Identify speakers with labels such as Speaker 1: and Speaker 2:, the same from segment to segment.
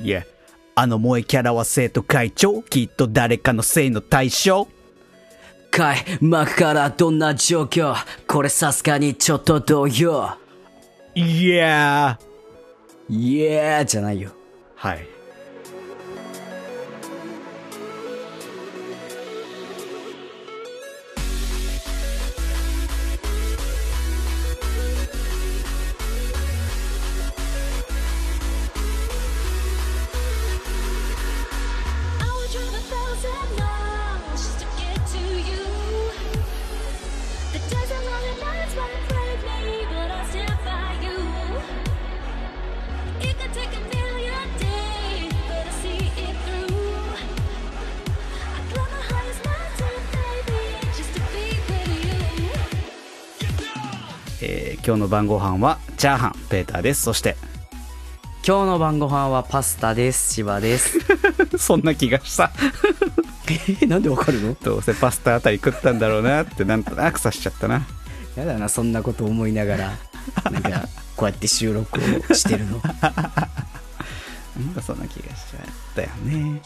Speaker 1: いや、あの萌えキャラは生徒会長きっと誰かのせいの対象
Speaker 2: かい、幕からどんな状況これさすがにちょっと動揺。
Speaker 1: いやー。
Speaker 2: イエーじゃないよ。
Speaker 1: はい。
Speaker 3: I would drive a thousand miles just to get to you. The days and lonely nights might break me, but I'll still find you. It could take a million days, but I see it through. I climb the highest mountain, baby, just to be with you.
Speaker 1: えー今日の晩ご飯はチャーハンペーターです。そして、
Speaker 2: 今日の晩ご飯はパスタです。芝です。
Speaker 1: そんな気がした。
Speaker 2: え、なんでわかるの
Speaker 1: どうせパスタあたり食ったんだろうなってなんとなくさしちゃったな。
Speaker 2: やだな、そんなこと思いながら、なんか、こうやって収録をしてる
Speaker 1: なん
Speaker 2: の。
Speaker 1: かそんな気がしちゃったよね。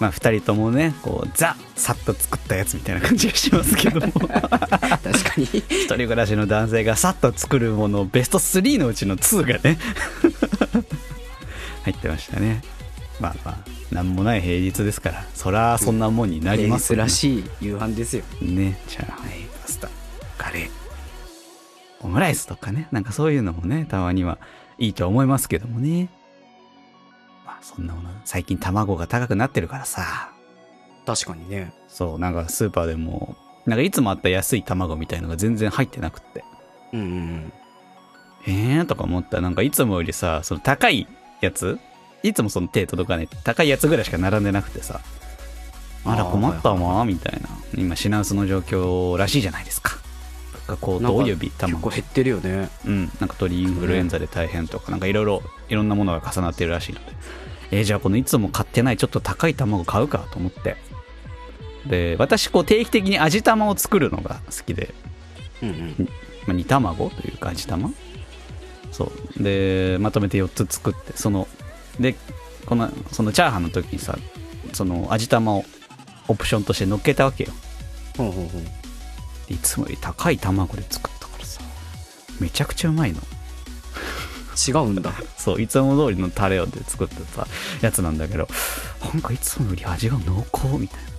Speaker 1: まあ二人ともね、こうザさっと作ったやつみたいな感じがしますけども、
Speaker 2: 確かに。
Speaker 1: 一人暮らしの男性がさっと作るものベスト3のうちの2がね 入ってましたね。まあまあなんもない平日ですから、そらそんなもんになりますよ
Speaker 2: らしい夕飯ですよ。
Speaker 1: ねチャーハンパスタカレーオムライスとかねなんかそういうのもねたまにはいいと思いますけどもねまあそんなもの最近卵が高くなってるからさ
Speaker 2: 確かにね。
Speaker 1: そうなんかスーパーでもなんかいつもあった安い卵みたいのが全然入ってなくって
Speaker 2: うんうんうん。
Speaker 1: えーとか思ったらなんかいつもよりさその高いやついつもその手届かない高いやつぐらいしか並んでなくてさあら
Speaker 2: あー
Speaker 1: 困ったわみたいな今品薄の状況らしいじゃないですか物価高騰および
Speaker 2: 結構
Speaker 1: 卵
Speaker 2: 減ってるよね。
Speaker 1: うんなんか鳥インフルエンザで大変とかなんかいろいろいろんなものが重なってるらしいのでえーじゃあこのいつも買ってないちょっと高い卵買うかと思ってで私こう定期的に味玉を作るのが好きで
Speaker 2: うんうん。
Speaker 1: まあ、煮卵というか味玉そうでまとめて4つ作ってそのでこのそのチャーハンの時にさその味玉をオプションとして乗っけたわけよ
Speaker 2: ほうほうほう。
Speaker 1: でいつもより高い卵で作ったからさめちゃくちゃうまいの
Speaker 2: 違 うんだ。
Speaker 1: そういつも通りのタレをで作ってたやつなんだけどなんかいつもより味が濃厚みたいな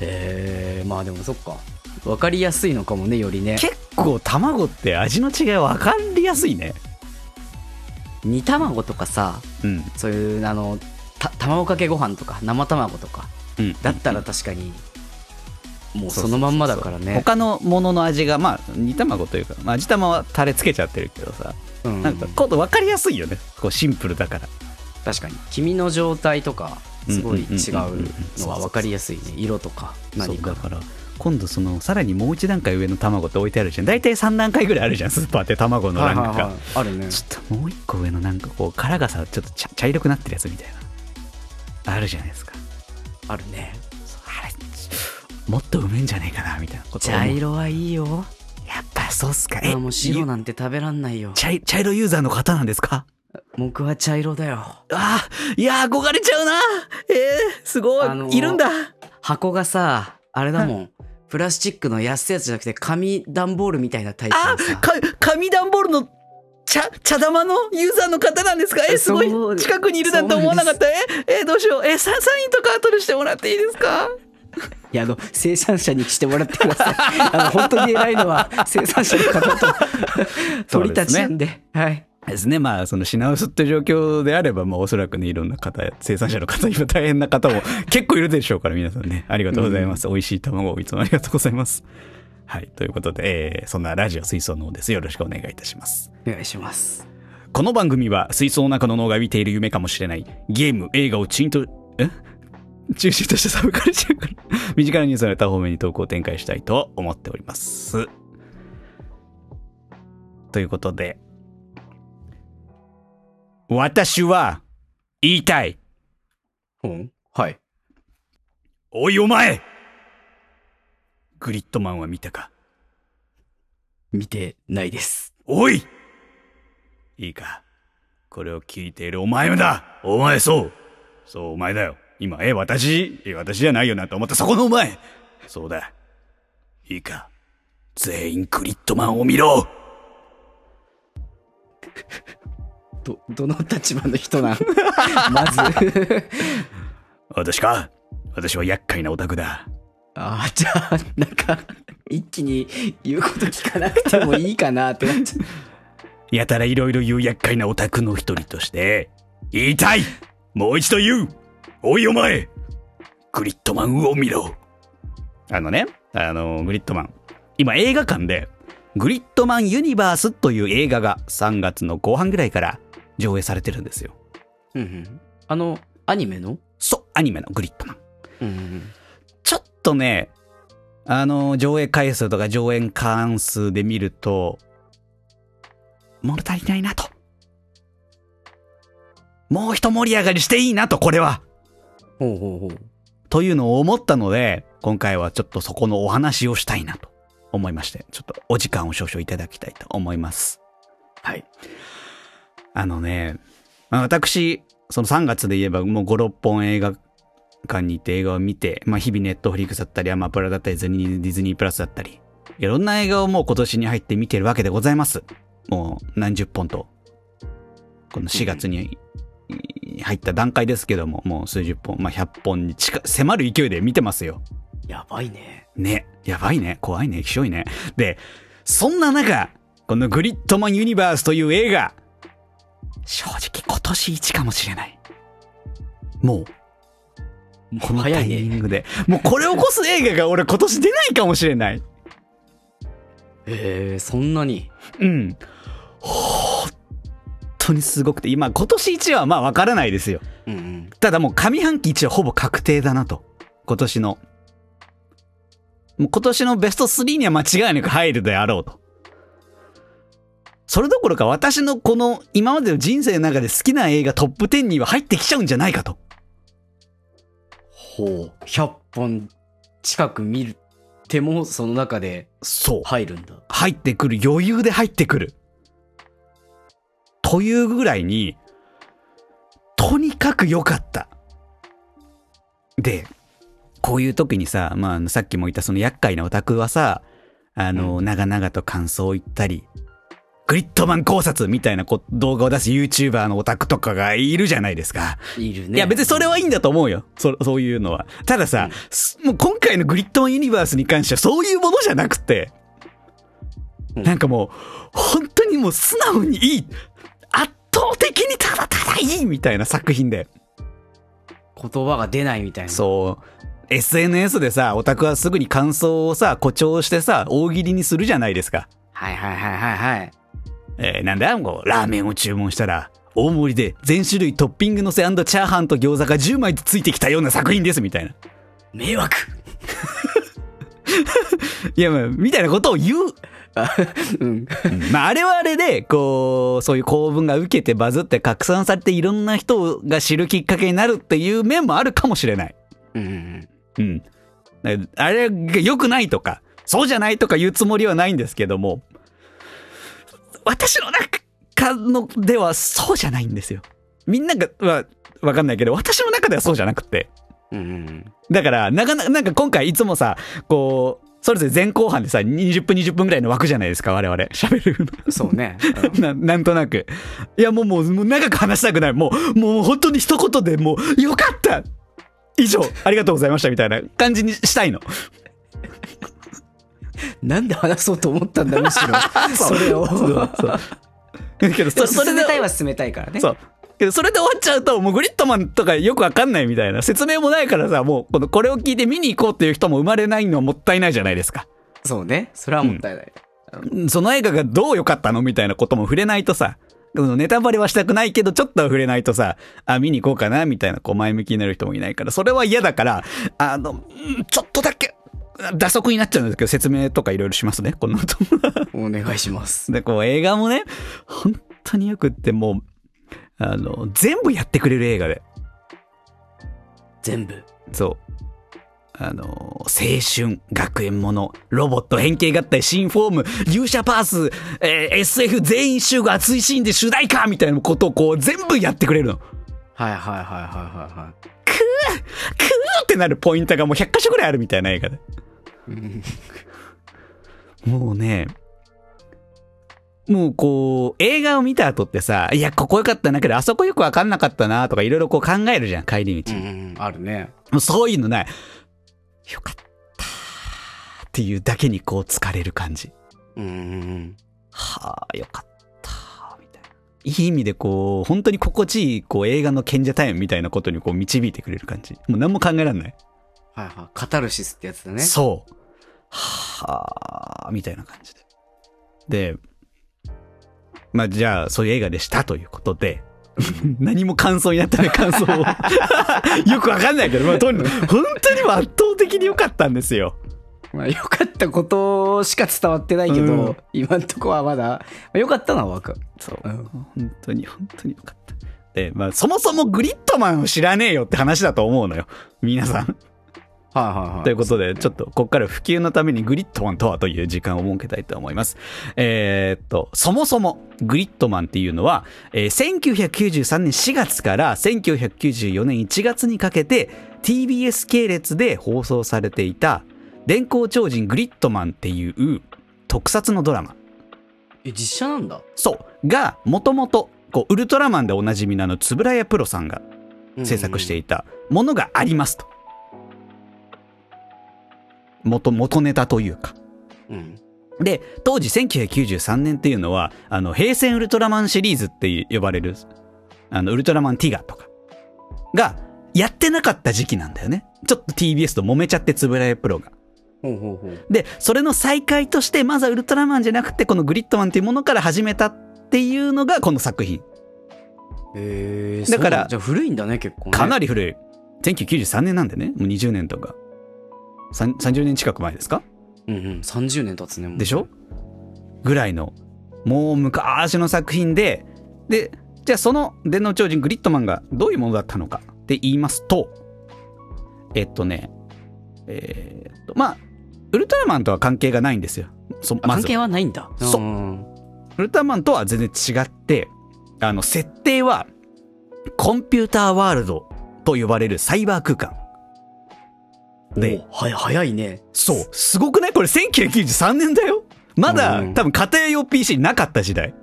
Speaker 2: えー、まあでもそっか。わかりやすいのかもね、よりね。
Speaker 1: 結構卵って味の違い分かりやすいね
Speaker 2: 煮卵とかさ、
Speaker 1: うん
Speaker 2: そういう、あの、た卵かけご飯とか、生卵とか、
Speaker 1: うん
Speaker 2: だったら確かに、もうそのまんまだからね。
Speaker 1: 他のものの味がまあ煮卵というか、まあ、味玉はタレつけちゃってるけどさ
Speaker 2: うん
Speaker 1: なんか今度分かりやすいよねこうシンプルだから
Speaker 2: 確かに黄身の状態とかすごい違うのは分かりやすいね色とか何
Speaker 1: そう
Speaker 2: か
Speaker 1: だから今度そのさらにもう一段階上の卵って置いてあるじゃん大体3段階ぐらいあるじゃんスーパーって卵のランクが、
Speaker 2: はいはいはいあるね
Speaker 1: ちょっともう一個上のなんかこう殻がさちょっと茶茶色くなってるやつみたいなあるじゃないですか
Speaker 2: あるね
Speaker 1: そうあれもっとうめえんじゃねえかなみたいなことを思う
Speaker 2: 茶色はいいよ
Speaker 1: やっぱそうっすか
Speaker 2: あもう白なんて食べらんないよ
Speaker 1: ゆ茶い茶色ユーザーの方なんですか
Speaker 2: 僕は茶色だよ
Speaker 1: ああ、いやー、憧れちゃうな。ええすごい、
Speaker 2: あのー
Speaker 1: いるんだ。
Speaker 2: 箱がさあれだもん、プラスチックの安いやつじゃなくて紙段ボールみたいなタイプ
Speaker 1: あ
Speaker 2: のさ
Speaker 1: か、紙段ボールの茶、茶玉のユーザーの方なんですかえ、すご
Speaker 2: そう
Speaker 1: い、近くにいるなんて思わなかった。え、え、どうしよう。え、ササインとか後でしてもらっていいですか
Speaker 2: いやあの生産者にしてもらってください あの本当に偉いのは生産者の方 と鳥たちなんではい
Speaker 1: ですね。まあ、その品薄って状況であれば、まあ、おそらくね、いろんな方、生産者の方、今大変な 方も結構いるでしょうから、皆さんね。ありがとうございます。美味しい卵をいつもありがとうございます。はい。ということで、えーそんなラジオ水槽の方です。よろしくお願いいたします。
Speaker 2: お願いします
Speaker 1: この番組は水槽の中の脳が見ている夢かもしれないゲーム映画をチンとえ中心としてサブカルチャーから 身近なニュースのネタ方面に投稿を展開したいと思っておりますということで私は言いたい
Speaker 2: うんはい
Speaker 1: おいお前グリッドマンは見たか
Speaker 2: 見てないです
Speaker 1: おいいいか。これを聞いているお前もだお前そうそうお前だよ。今、え、私え、私じゃないよなと思ったそこのお前そうだ。いいか。全員クリットマンを見ろ
Speaker 2: ど、どの立場の人なんまず。
Speaker 1: 私か私は厄介なオタクだ。
Speaker 2: ああ、じゃあ、なんか、一気に言うこと聞かなくてもいいかなってなっちゃう。
Speaker 1: やたらいろいろ言う厄介なオタクの一人として、言いたいもう一度言うおいお前グリットマンを見ろあのね、あの、グリットマン。今映画館で、グリットマンユニバースという映画が3月の後半ぐらいから上映されてるんですよ。
Speaker 2: うんうん。あの、アニメの
Speaker 1: そう、アニメのグリットマン。
Speaker 2: うんうん
Speaker 1: ちょっとね、あの、上映回数とか上演関数で見ると、物足りないなと。もう一盛り上がりしていいなと、これは。
Speaker 2: ほうほうほう。
Speaker 1: というのを思ったので、今回はちょっとそこのお話をしたいなと思いまして、ちょっとお時間を少々いただきたいと思います。
Speaker 2: はい。
Speaker 1: あのね、まあ私、その3月で言えばもう5、6本映画館に行って映画を見て、まあ日々ネットフリックスだったり、アマプラだったり、ディズニープラスだったり、いろんな映画をもう今年に入って見てるわけでございます。もう何十本と、この4月にい入った段階ですけども、もう数十本、まあ100本に近、迫る勢いで見てますよ。
Speaker 2: やばいね。
Speaker 1: ね、やばいね、怖いね、ひしょいね。で、そんな中、このグリッドマンユニバースという映画、正直今年一かもしれない。もう、この
Speaker 2: 早
Speaker 1: タイミ
Speaker 2: い
Speaker 1: ン
Speaker 2: ね。
Speaker 1: グで。もうこれを起こす映画が俺今年出ないかもしれない。
Speaker 2: えー、そんなに。
Speaker 1: うん。本当にすごくて、今今年一はまあわからないですよ。
Speaker 2: うんうん。
Speaker 1: ただもう上半期一はほぼ確定だなと。今年の。もう今年のベスト3には間違いなく入るであろうと。それどころか私のこの今までの人生の中で好きな映画トップ10には入ってきちゃうんじゃないかと。
Speaker 2: ほう。100本近く見る。ても、その中で
Speaker 1: そう。
Speaker 2: 入るんだ。
Speaker 1: 入ってくる。余裕で入ってくる。というぐらいに、とにかく良かった。で、こういう時にさ、まああの、さっきも言ったその厄介なオタクはさ、あの、長々と感想を言ったり、グリッドマン考察みたいなこ動画を出す YouTuber のオタクとかがいるじゃないですか。
Speaker 2: いるね。
Speaker 1: いや別にそれはいいんだと思うよ。そ、そういうのは。たださ、すもう今回のグリッドマンユニバースに関してはそういうものじゃなくて、
Speaker 2: うん
Speaker 1: なんかもう、本当にもう素直にいい圧倒的にただただいいみたいな作品で。
Speaker 2: 言葉が出ないみたいな。
Speaker 1: そう。SNS でさ、オタクはすぐに感想をさ、誇張してさ、大喜利にするじゃないですか。
Speaker 2: はいはいはいはいはい。
Speaker 1: えーなんだこうラーメンを注文したら、大盛りで全種類トッピングのせチャーハンと餃子が10枚ついてきたような作品ですみたいな。
Speaker 2: 迷惑
Speaker 1: いや、まあ、みたいなことを言う
Speaker 2: うん。
Speaker 1: まあ、あれはあれで、こう、そういう構文が受けてバズって拡散されていろんな人が知るきっかけになるっていう面もあるかもしれない。
Speaker 2: うん。
Speaker 1: うん。だからあれが良くないとか、そうじゃないとか言うつもりはないんですけども、私の中のではそうじゃないんですよ。みんなが、は、わかんないけど、私の中ではそうじゃなくて。
Speaker 2: うん。
Speaker 1: だから、なかなか、なんか今回いつもさ、こう、それぞれ前後半でさ、20分20分ぐらいの枠じゃないですか、我々。喋るの。
Speaker 2: そうね。
Speaker 1: ななんとなく。いや、もう、もう、もう長く話したくない。もう、もう本当に一言でもう、よかった以上、ありがとうございました、みたいな感じにしたいの。
Speaker 2: なんで話そうと思ったんだ、むしろ。 それを。
Speaker 1: そうそう。だけど、そそれ
Speaker 2: 進めたい
Speaker 1: で、
Speaker 2: は進めたいからね。
Speaker 1: そう。けど、それで終わっちゃうと、もうグリッドマンとかよくわかんないみたいな、説明もないからさ、もう、この、これを聞いて見に行こうっていう人も生まれないのはもったいないじゃないですか。
Speaker 2: そうね。それはもったいない。
Speaker 1: その映画がどう良かったのみたいなことも触れないとさ、そのネタバレはしたくないけど、ちょっとは触れないとさ、あ、見に行こうかなみたいな、こう前向きになる人もいないから、それは嫌だから、あの、うんちょっとだけ、打足になっちゃうんですけど、説明とかいろいろしますね、この後。
Speaker 2: お願いします。
Speaker 1: で、こう映画もね、本当によくって、もう、あの、全部やってくれる映画で。
Speaker 2: 全部。
Speaker 1: そう。あの、青春、学園もの、ロボット変形合体、新フォーム、勇者パース、えー SF 全員集合熱いシーンで主題歌みたいなことをこう全部やってくれるの。
Speaker 2: はいはいはいはいはいは
Speaker 1: くーくーってなるポイントがもう100箇所ぐらいあるみたいな映画で。
Speaker 2: いうん。
Speaker 1: もうね、もうこう、映画を見た後ってさ、いや、ここ良かったなけど、あそこよくわかんなかったなとかいろいろこう考えるじゃん、帰り
Speaker 2: う
Speaker 1: 道。
Speaker 2: んうん。あるね。
Speaker 1: もうそういうのない。よかったっていうだけにこう疲れる感じ。
Speaker 2: うんうんうん。
Speaker 1: はあ、よかったみたいな。いい意味でこう、本当に心地いいこう映画の賢者タイムみたいなことにこう導いてくれる感じ。もう何も考えられない。
Speaker 2: はいはい。カタルシスってやつだね。
Speaker 1: そう。はあ、みたいな感じで。で、まあじゃあそういう映画でしたということで、 何も感想になったね、感想を。 よくわかんないけど、まあとにかく本当にもう圧倒的に良かったんですよ。
Speaker 2: まあ、良かったことしか伝わってないけど、
Speaker 1: うん
Speaker 2: 今んとこはまだ、まあ良かったのはわかる。
Speaker 1: そう
Speaker 2: うん
Speaker 1: 本当に本当に良かった。で、まあそもそもグリッドマンを知らねえよって話だと思うのよ。皆さん。
Speaker 2: はいはいはい。
Speaker 1: ということで、ちょっとここから普及のためにグリッドマンとはという時間を設けたいと思います。えーっと、そもそもグリッドマンっていうのは、えー1993年4月から1994年1月にかけて TBS 系列で放送されていた電光超人グリッドマンっていう特撮のドラマ。
Speaker 2: え、実写なんだ。
Speaker 1: そう。が、もともと、こう、ウルトラマンでおなじみのあの、円谷プロさんが制作して
Speaker 2: い
Speaker 1: いたものがありますと。元、元ネタというか。
Speaker 2: うん。
Speaker 1: で、当時1993年っていうのは、あの、平成ウルトラマンシリーズって呼ばれる、あの、ウルトラマンティガとかが、やってなかった時期なんだよね。ちょっと TBS と揉めちゃって、円谷プロが。
Speaker 2: ほうほうほう。
Speaker 1: で、それの再開として、まずはウルトラマンじゃなくて、このグリッドマンっていうものから始めたっていうのが、この作品。
Speaker 2: えー、
Speaker 1: だから
Speaker 2: そうなんじゃあ古いんだね、結構ね。
Speaker 1: かな
Speaker 2: り。
Speaker 1: り古い。1993年なんでね、もう20年とか。さん30年近く前ですか
Speaker 2: うんうん。30年経つね、もう
Speaker 1: でしょぐらいの、もう昔の作品で、で、じゃあその電脳超人グリッドマンがどういうものだったのかって言いますと、えっとね、えーっと、まあ、ウルトラマンとは関係がないんですよ。そ
Speaker 2: あ
Speaker 1: ま
Speaker 2: 関
Speaker 1: ず
Speaker 2: 係はないんだ。。
Speaker 1: そうんウルトラマンとは全然違って、あの、設定は、コンピューターワールドと呼ばれるサイバー空間。で
Speaker 2: で、はい、早いね。
Speaker 1: そう。すごくないこれ1993年だよまだ、
Speaker 2: うん
Speaker 1: 多分家庭用 PC なかった時代。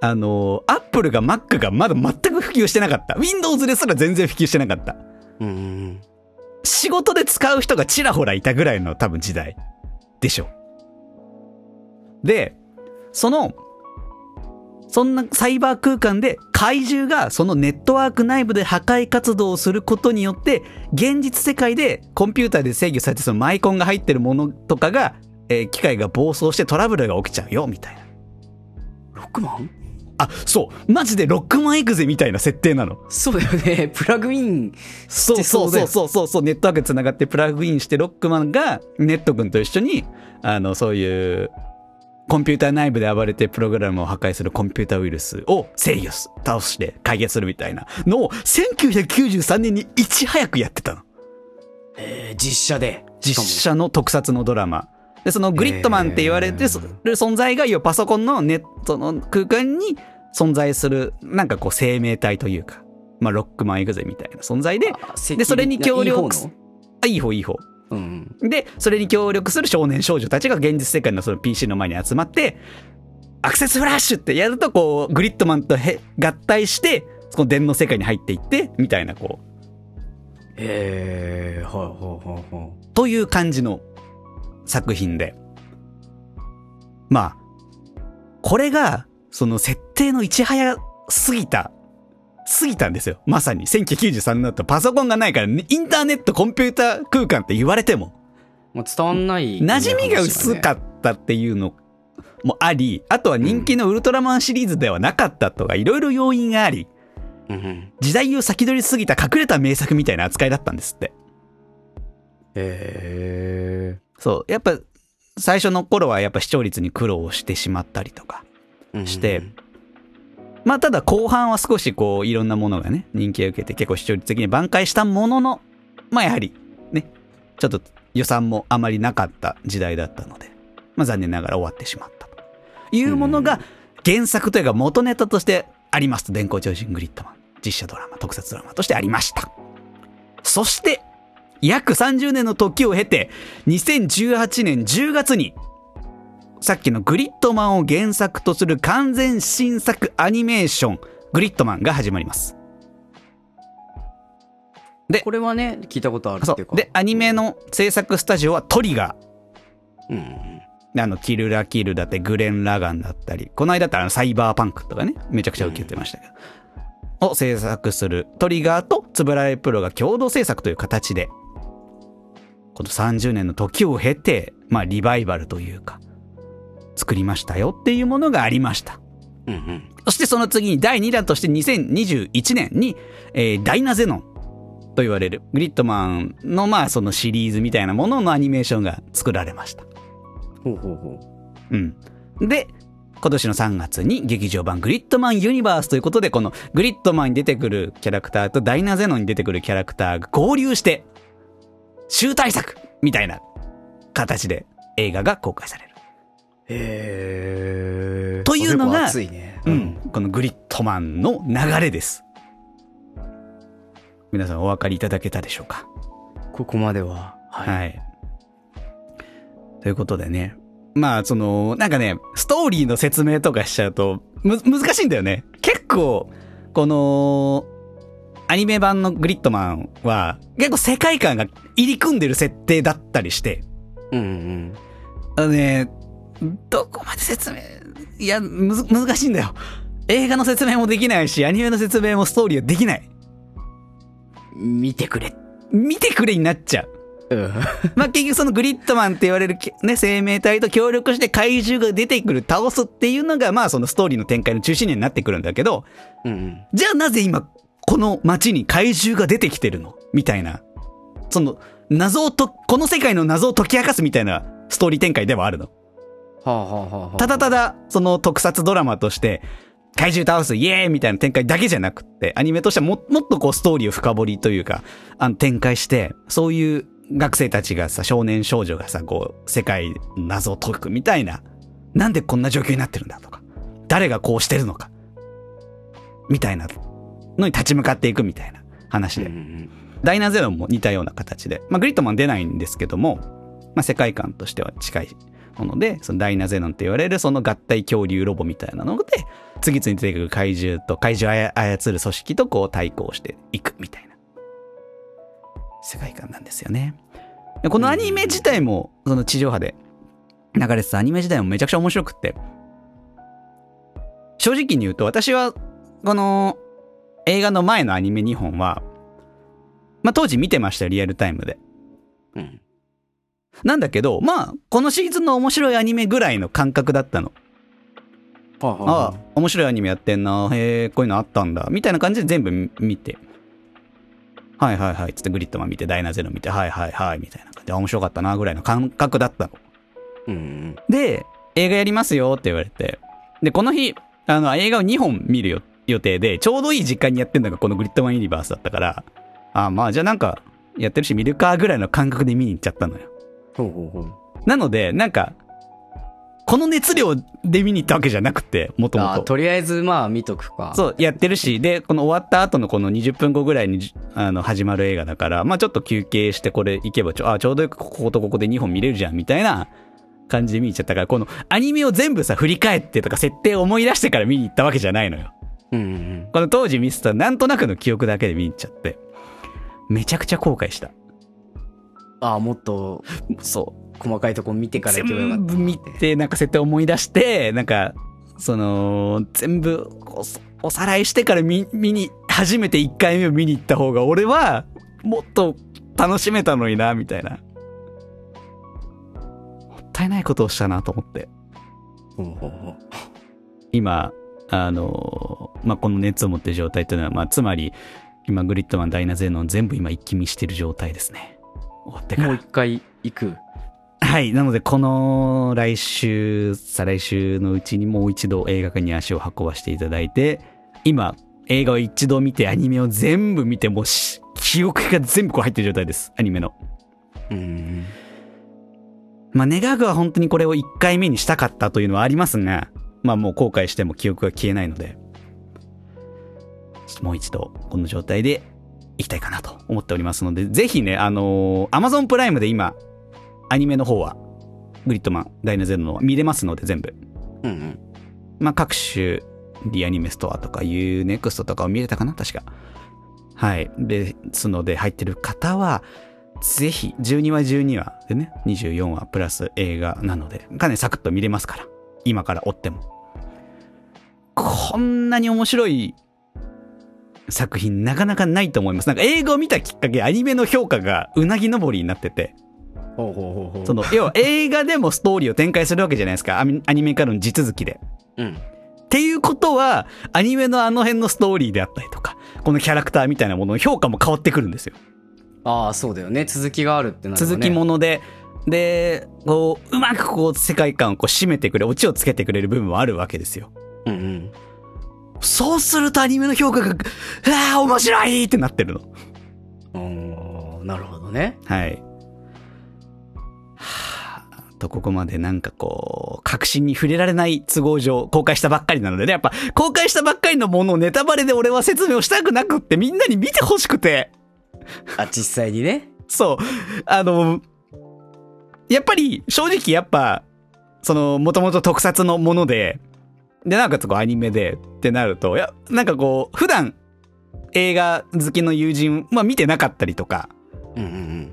Speaker 1: あのー、アップルが Mac がまだ全く普及してなかった。Windows ですら全然普及してなかった。
Speaker 2: うんうん
Speaker 1: 仕事で使う人がちらほらいたぐらいの多分時代でしょう。で、その、そんなサイバー空間で怪獣がそのネットワーク内部で破壊活動をすることによって、現実世界でコンピューターで制御されてそのマイコンが入ってるものとかが、えー機械が暴走してトラブルが起きちゃうよ、みたいな。
Speaker 2: うん。6万
Speaker 1: あ、そう。マジでロックマンエグゼみたいな設定なの。
Speaker 2: そうだよね。 プラグイン。
Speaker 1: そうそうそうそうそうそう、ネットワークつながってプラグインしてロックマンがネット君と一緒に、あの、そういう、コンピューター内部で暴れてプログラムを破壊するコンピューターウイルスを制御す、倒して解決するみたいなのを1993年にいち早くやってたの。
Speaker 2: えー、実写で。
Speaker 1: 実写の特撮のドラマ。で、そのグリッドマンって言われて
Speaker 2: へー
Speaker 1: そる存在が、要はパソコンのネットの空間に存在する、なんかこう生命体というか、まあロックマン行くぜみたいな存在で、
Speaker 2: で
Speaker 1: でそれに協力
Speaker 2: いい方の
Speaker 1: あ、いい方いい方。
Speaker 2: うんうん。
Speaker 1: で、それに協力する少年少女たちが現実世界のその PC の前に集まって、アクセスフラッシュってやると、こう、グリッドマンとへ合体して、その電脳世界に入っていって、みたいな、こ
Speaker 2: えー、はいはいはいはい。
Speaker 1: う、という感じの作品で。まあ、これが、その設定のいち早すぎた、すぎたんですよ。まさに。1993年だとパソコンがないから、インターネット、コンピューター空間って言われても、
Speaker 2: まあ、伝わんない、
Speaker 1: 馴染みが薄か
Speaker 2: っ
Speaker 1: ったっていうのもあり、あとは人気のウルトラマンシリーズではなかったとか、いろいろ要因があり、
Speaker 2: た。うんうん、
Speaker 1: 時代を先取りすぎた隠れた名作みたいな扱いだったんですって。
Speaker 2: え
Speaker 1: そう。やっぱ、最初の頃はやっぱ視聴率に苦労をしてしまったりとか。
Speaker 2: ー、
Speaker 1: してまあただ後半は少しこう、いろんなものがね、人気を受けて結構視聴率的に挽回したものの、まあやはり、ね、ちょっと予算もあまりなかった時代だったので、まあ、残念ながら終わってしまったというものが原作というか元ネタとしてありますと電光超人グリッドマン実写ドラマ特撮ドラマとしてありましたそして約30年の時を経て2018年10月にさっきのグリッドマンを原作とする完全新作アニメーショングリッドマンが始まりますで
Speaker 2: これはね、聞いたことあるっ
Speaker 1: そ
Speaker 2: ていう
Speaker 1: う
Speaker 2: か。
Speaker 1: でアニメの制作スタジオはトリガー
Speaker 2: うん。
Speaker 1: あの、キルラキルだって、グレン・ラガンだったり、この間だったらあのサイバーパンクとかね、めちゃくちゃ受けてましたけど、を制作するトリガーとつぶられプロが共同制作という形で、この30年の時を経て、まあ、リバイバルというか、作りましたよっていうものがありました。
Speaker 2: うんうん。
Speaker 1: そしてその次に第2弾として2021年に、えーダイナゼノンと言われるグリッドマンのまあそのシリーズみたいなもののアニメーションが作られました。
Speaker 2: ほうほうほ
Speaker 1: うん。で、今年の3月に劇場版グリッドマンユニバースということで、このグリッドマンに出てくるキャラクターとダイナゼノンに出てくるキャラクターが合流して、集大作みたいな形で映画が公開される。
Speaker 2: う。へえ。
Speaker 1: というのが
Speaker 2: それ結構熱いね。
Speaker 1: うん。。このグリッドマンの流れです。皆さんお分かりいただけたでしょうか
Speaker 2: ここまでは。はい。
Speaker 1: はい。ということでね。まあ、その、なんかね、ストーリーの説明とかしちゃうと、む、難しいんだよね。結構、この、アニメ版のグリッドマンは、結構世界観が入り組んでる設定だったりして、
Speaker 2: うんうん。
Speaker 1: あのね、どこまで説明、いや、むず、難しいんだよ。映画の説明もできないし、アニメの説明もストーリーはできない。
Speaker 2: 見てくれ。
Speaker 1: 見てくれになっちゃう。
Speaker 2: うん。
Speaker 1: まあ、結局そのグリッドマンって言われるきね、生命体と協力して怪獣が出てくる、倒すっていうのが、まあそのストーリーの展開の中心になってくるんだけど、
Speaker 2: うん
Speaker 1: じゃあなぜ今、この街に怪獣が出てきてるのみたいな。その、謎をと、この世界の謎を解き明かすみたいなストーリー展開ではあるの。
Speaker 2: はあはあはあはあ。
Speaker 1: ただただ、その特撮ドラマとして、怪獣倒す、イエーイみたいな展開だけじゃなくって、アニメとしてはももっとこうストーリーを深掘りというか、あの展開して、そういう学生たちがさ、少年少女がさ、こう、世界の謎を解くみたいな、なんでこんな状況になってるんだとか、誰がこうしてるのか、みたいなのに立ち向かっていくみたいな話
Speaker 2: うん
Speaker 1: で
Speaker 2: う。ん
Speaker 1: ダイナゼロンも似たような形で、まあ、グリッドマン出ないんですけども、まあ、世界観としては近いもので、そのダイナゼノンって言われるその合体恐竜ロボみたいなので、次々に出てくる怪獣と怪獣を操操る組織とこう対抗していくみたいな世界観なんですよね。でこのアニメ自体も、その地上波で流れてたアニメ自体もめちゃくちゃ面白くって、正直に言うと私は、この映画の前のアニメ2本は、まあ当時見てましたよ、リアルタイムで。
Speaker 2: うん。
Speaker 1: なんだけど、まあ、このシリーズンの面白いアニメぐらいの感覚だったの。
Speaker 2: はあはあ
Speaker 1: ああ、
Speaker 2: は
Speaker 1: 面白いアニメやってんな。へえ、こういうのあったんだ。みたいな感じで全部み見て。はいはいはい。つってグリッドマン見て、ダイナゼロ見て、はいはいはい。みたいな感じで、あ面白かったな、ぐらいの感覚だったの。
Speaker 2: あ。うん
Speaker 1: で、映画やりますよって言われて。で、この日、あの、映画を2本見るよ予定で、ちょうどいい時間にやってんのがこのグリッドマンユニバースだったから、あまあ、じゃあなんか、やってるし見るか、ぐらいの感覚で見に行っちゃったのよ。
Speaker 2: ほうほうほう。
Speaker 1: なので、なんか、この熱量で見に行ったわけじゃなくて、もと
Speaker 2: あ
Speaker 1: も
Speaker 2: ー
Speaker 1: と。
Speaker 2: とりあえずまあ見とくか。う。
Speaker 1: そう、やってるし、で、この終わった後のこの20分後ぐらいにじ、あの、始まる映画だから、まあちょっと休憩してこれ行けばちょ、あ、ちょうどよくこことここで2本見れるじゃん、みたいな感じで見に行っちゃったから、このアニメを全部さ、振り返ってとか設定を思い出してから見に行ったわけじゃないのよ。
Speaker 2: うんうん
Speaker 1: この当時見せたなんとなくの記憶だけで見に行っちゃって、めちゃくちゃ後悔した。
Speaker 2: ああ、もっと
Speaker 1: そう。
Speaker 2: 細かいとこ見てから行けばよかった
Speaker 1: 全
Speaker 2: な。
Speaker 1: 部見てなんか設定思い出してなんかその全部こうおさらいしてから見見に初めて1回目を見に行った方が俺はもっと楽しめたのになみたいなもったいないことをしたなと思って
Speaker 2: ほうほうほう。
Speaker 1: 今あのまあこの熱を持ってる状態というのは、まあ、つまり今グリッドマンダイナゼノン全部今一気見してる状態ですね終わってから
Speaker 2: もう一回行く。
Speaker 1: はい。なので、この来週、再来週のうちにもう一度映画館に足を運ばせていただいて、今、映画を一度見て、アニメを全部見て、もうし記憶が全部こう入ってる状態です。アニメの。
Speaker 2: うん
Speaker 1: まあ、願くは本当にこれを1回目にしたかったというのはありますが、まあもう後悔しても記憶が消えないので、ちょっともう一度この状態でいきたいかなと思っておりますので、ぜひね、あのー、Amazon プライムで今、アニメの方は、グリッドマン、ダイナゼロのは見れますので全部。
Speaker 2: うんうん
Speaker 1: まあ各種、リアニメストアとか UNEXT とかを見れたかな確か。はい。ですので入ってる方は、ぜひ、12話12話でね、24話プラス映画なので、かなりサクッと見れますから。今から追っても。こんなに面白い作品なかなかないと思います。なんか映画を見たきっかけ、アニメの評価がうなぎ登りになってて、
Speaker 2: ほうほうほうほう
Speaker 1: その、要は映画でもストーリーを展開するわけじゃないですか。アニアニメからの地続きで。
Speaker 2: うん
Speaker 1: っていうことは、アニメのあの辺のストーリーであったりとか、このキャラクターみたいなものの評価も変わってくるんですよ。
Speaker 2: ああそうだよね続きがあるってなるとね
Speaker 1: 続きもので、で、こう、うまくこう、世界観をこう、締めてくれ、オチをつけてくれる部分もあるわけですよ。
Speaker 2: うんうん
Speaker 1: そうするとアニメの評価が、ああ、面白いってなってるの。
Speaker 2: おーなるほど ね
Speaker 1: はい。はあと、ここまでなんかこう、確信に触れられない都合上、公開したばっかりなのでね、やっぱ、公開したばっかりのものをネタバレで俺は説明をしたくなくって、みんなに見てほしくて。
Speaker 2: あ実際にね
Speaker 1: そう。あの、やっぱり、正直やっぱ、その、もともと特撮のもので、で、なおかつこうアニメでってなると、いや、なんかこう、普段、映画好きの友人、まあ見てなかったりとか、
Speaker 2: うんうん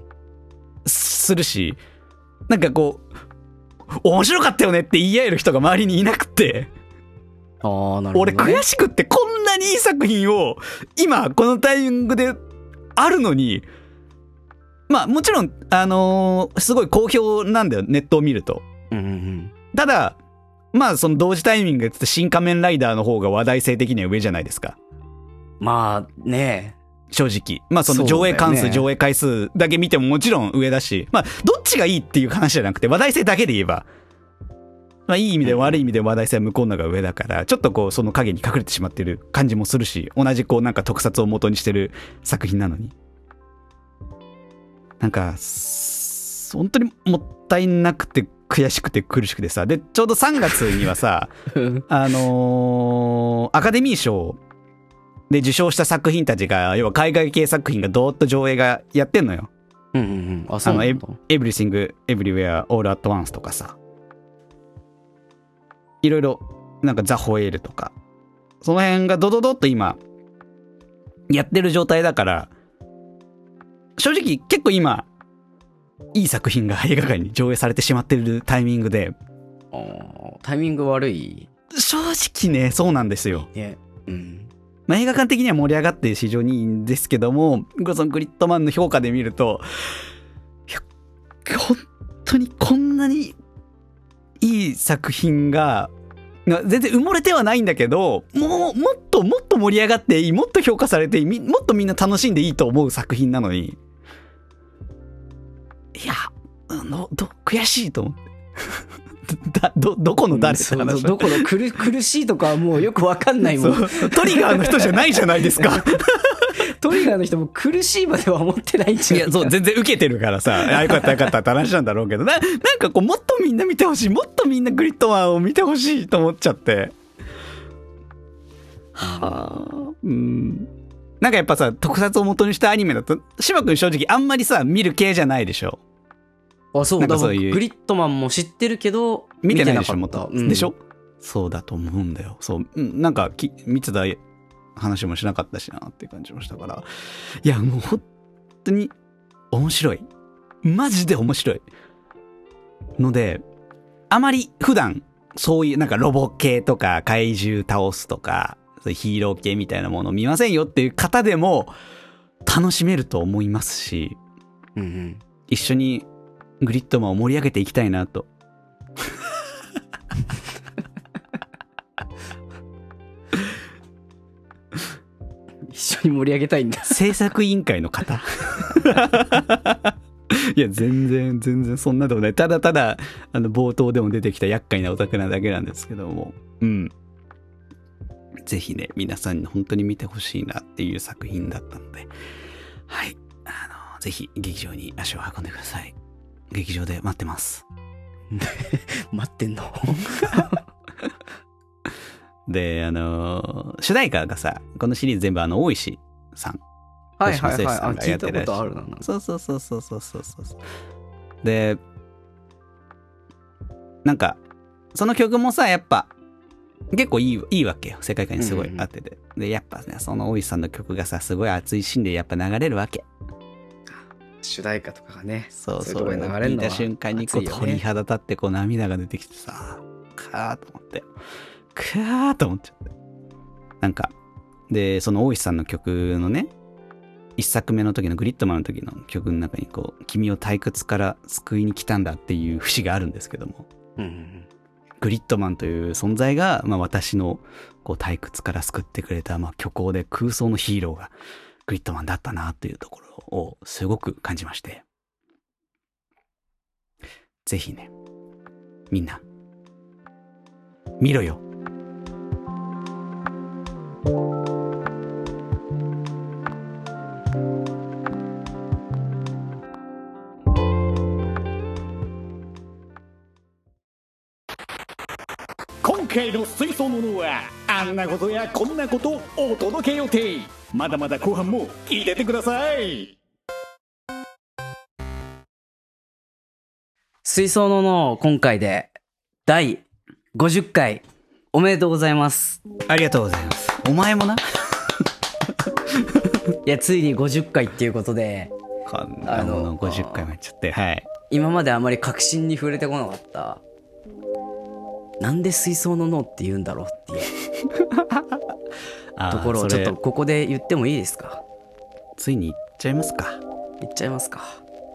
Speaker 1: するし、なんかこう、面白かったよねって言い合える人が周りにいなくて、
Speaker 2: うんああなるほど、
Speaker 1: 俺
Speaker 2: ね、
Speaker 1: 悔しくってこんなにいい作品を今このタイミングであるのにまあもちろんあのーすごい好評なんだよネットを見ると
Speaker 2: うんうんうん
Speaker 1: ただまあその同時タイミングで言ってた新仮面ライダーの方が話題性的には上じゃないですか
Speaker 2: まあ ね
Speaker 1: 正直まあその上映関数、
Speaker 2: そうだよね
Speaker 1: 上映回数だけ見てももちろん上だしまあどっちがいいっていう話じゃなくて話題性だけで言えばまあいい意味でも悪い意味でも話題性は向こうの方が上だからちょっとこうその影に隠れてしまってる感じもするし同じこうなんか特撮を元にしてる作品なのになんかす本当にもったいなくて悔しくて苦しくてさでちょうど3月にはさあのーアカデミー賞で受賞した作品たちが、要は海外系作品がどーっと上映がやってんのよ。
Speaker 2: うんうんうんあそ
Speaker 1: あ
Speaker 2: う
Speaker 1: の
Speaker 2: な
Speaker 1: え
Speaker 2: んだ
Speaker 1: エブリシング、エブリウェア、オールアットワンスとかさ。いろいろ、なんかザ・ホエールとか。その辺がドドドッと今、やってる状態だから、正直結構今、いい作品が映画館に上映されてしまってるタイミングで、
Speaker 2: あータイミング悪い
Speaker 1: 正直ね、そうなんですよ。
Speaker 2: ねうん
Speaker 1: まあ、映画館的には盛り上がって非常にいいんですけども、そのグリッドマンの評価で見ると、いや本当にこんなにいい作品が、な全然埋もれてはないんだけど、もう、もっともっと盛り上がっていい、もっと評価されていい、みもっとみんな楽しんでいいと思う作品なのに、いや、あの、ど、悔しいと思って。 だ、ど、どこの誰って
Speaker 2: そう
Speaker 1: 話
Speaker 2: そうどこの苦苦しいとかはもうよくわかんない もん
Speaker 1: そうトリガーの人じゃないじゃないですか。
Speaker 2: トリガーの人も苦しいまでは思ってないんじゃ
Speaker 1: い
Speaker 2: ない
Speaker 1: や、そう、全然受けてるからさ、あ、よかったよかったって話なんだろうけど、な、なんかこう、もっとみんな見てほしい、もっとみんなグリッドマンを見てほしいと思っちゃって。はあ、うん。なんかやっぱさ、特撮を元にしたアニメだと、芝君正直あんまりさ、見る系じゃないでしょ。
Speaker 2: あそう
Speaker 1: なんか
Speaker 2: だか
Speaker 1: そ
Speaker 2: ら
Speaker 1: ういう
Speaker 2: グリッドマンも知ってるけど
Speaker 1: 見てないで
Speaker 2: か
Speaker 1: しょ、もっ
Speaker 2: った
Speaker 1: と。
Speaker 2: うん
Speaker 1: でしょそうだと思うんだよ。そう、うんなんかき、見てた話もしなかったしなっていう感じもしたから。いや、もう本当に面白い。マジで面白い。ので、あまり普段、そういうなんかロボ系とか怪獣倒すとか、そういうヒーロー系みたいなもの見ませんよっていう方でも楽しめると思いますし、
Speaker 2: うんうん
Speaker 1: 一緒にグリッドマンを盛り上げていきたいなと。
Speaker 2: 一緒に盛り上げたいんだ
Speaker 1: 制作委員会の方 いや全然全然そんなでもないただただあの冒頭でも出てきた厄介なオタクなだけなんですけどもうんぜひね皆さんに本当に見てほしいなっていう作品だったのではいあのぜひ劇場に足を運んでください。劇場で待ってます。
Speaker 2: 待ってん の
Speaker 1: で、あのー主題歌がさ、このシリーズ全部あの、大石さん。
Speaker 2: はいはい
Speaker 1: 星野聖
Speaker 2: はい
Speaker 1: 子
Speaker 2: あ
Speaker 1: さんが
Speaker 2: 聞
Speaker 1: やっ
Speaker 2: い
Speaker 1: て
Speaker 2: た
Speaker 1: らっ
Speaker 2: こ
Speaker 1: しゃ
Speaker 2: と
Speaker 1: る
Speaker 2: あるななんか
Speaker 1: そうそうそうそうそうそうそうそう。で、なんか、その曲もさ、やっぱ、結構いいいいわけよ。世界観にすごい合ってて。で、やっぱね、その大石さんの曲がさ、すごい熱いシーンでやっぱ流れるわけ。
Speaker 2: 主題歌とかがね
Speaker 1: そう
Speaker 2: そ
Speaker 1: そう
Speaker 2: いう
Speaker 1: う
Speaker 2: とこに流れるのは
Speaker 1: 聞いた瞬間にこう
Speaker 2: 熱いよね
Speaker 1: 鳥肌立ってこう涙が出てきてさカーと思ってカーと思っちゃってなんかでその大石さんの曲のね一作目の時のグリッドマンの時の曲の中にこう「君を退屈から救いに来たんだ」っていう節があるんですけども
Speaker 2: うんうん
Speaker 1: グリッドマンという存在が、まあ、私のこう退屈から救ってくれた、まあ、虚構で空想のヒーローがグリッドマンだったなというところをすごく感じましてぜひねみんな見ろよ
Speaker 4: 今回の水槽ものはあんなことやこんなことをお届け予定まだまだ後半も聞いててください
Speaker 2: 水槽のの今回で第50回おめでとうございます
Speaker 1: ありがとうございますお前もない
Speaker 2: やついに50回っていうことで
Speaker 1: こんなもの50回もやっちゃってはい
Speaker 2: 今まであまり確信に触れてこなかったなんで水槽の脳って言うんだろうっていう
Speaker 1: あー
Speaker 2: ところをちょっ
Speaker 1: そ
Speaker 2: と
Speaker 1: れ
Speaker 2: ここで言ってもいいですか
Speaker 1: ついに行っちゃいますか
Speaker 2: 言っちゃいますか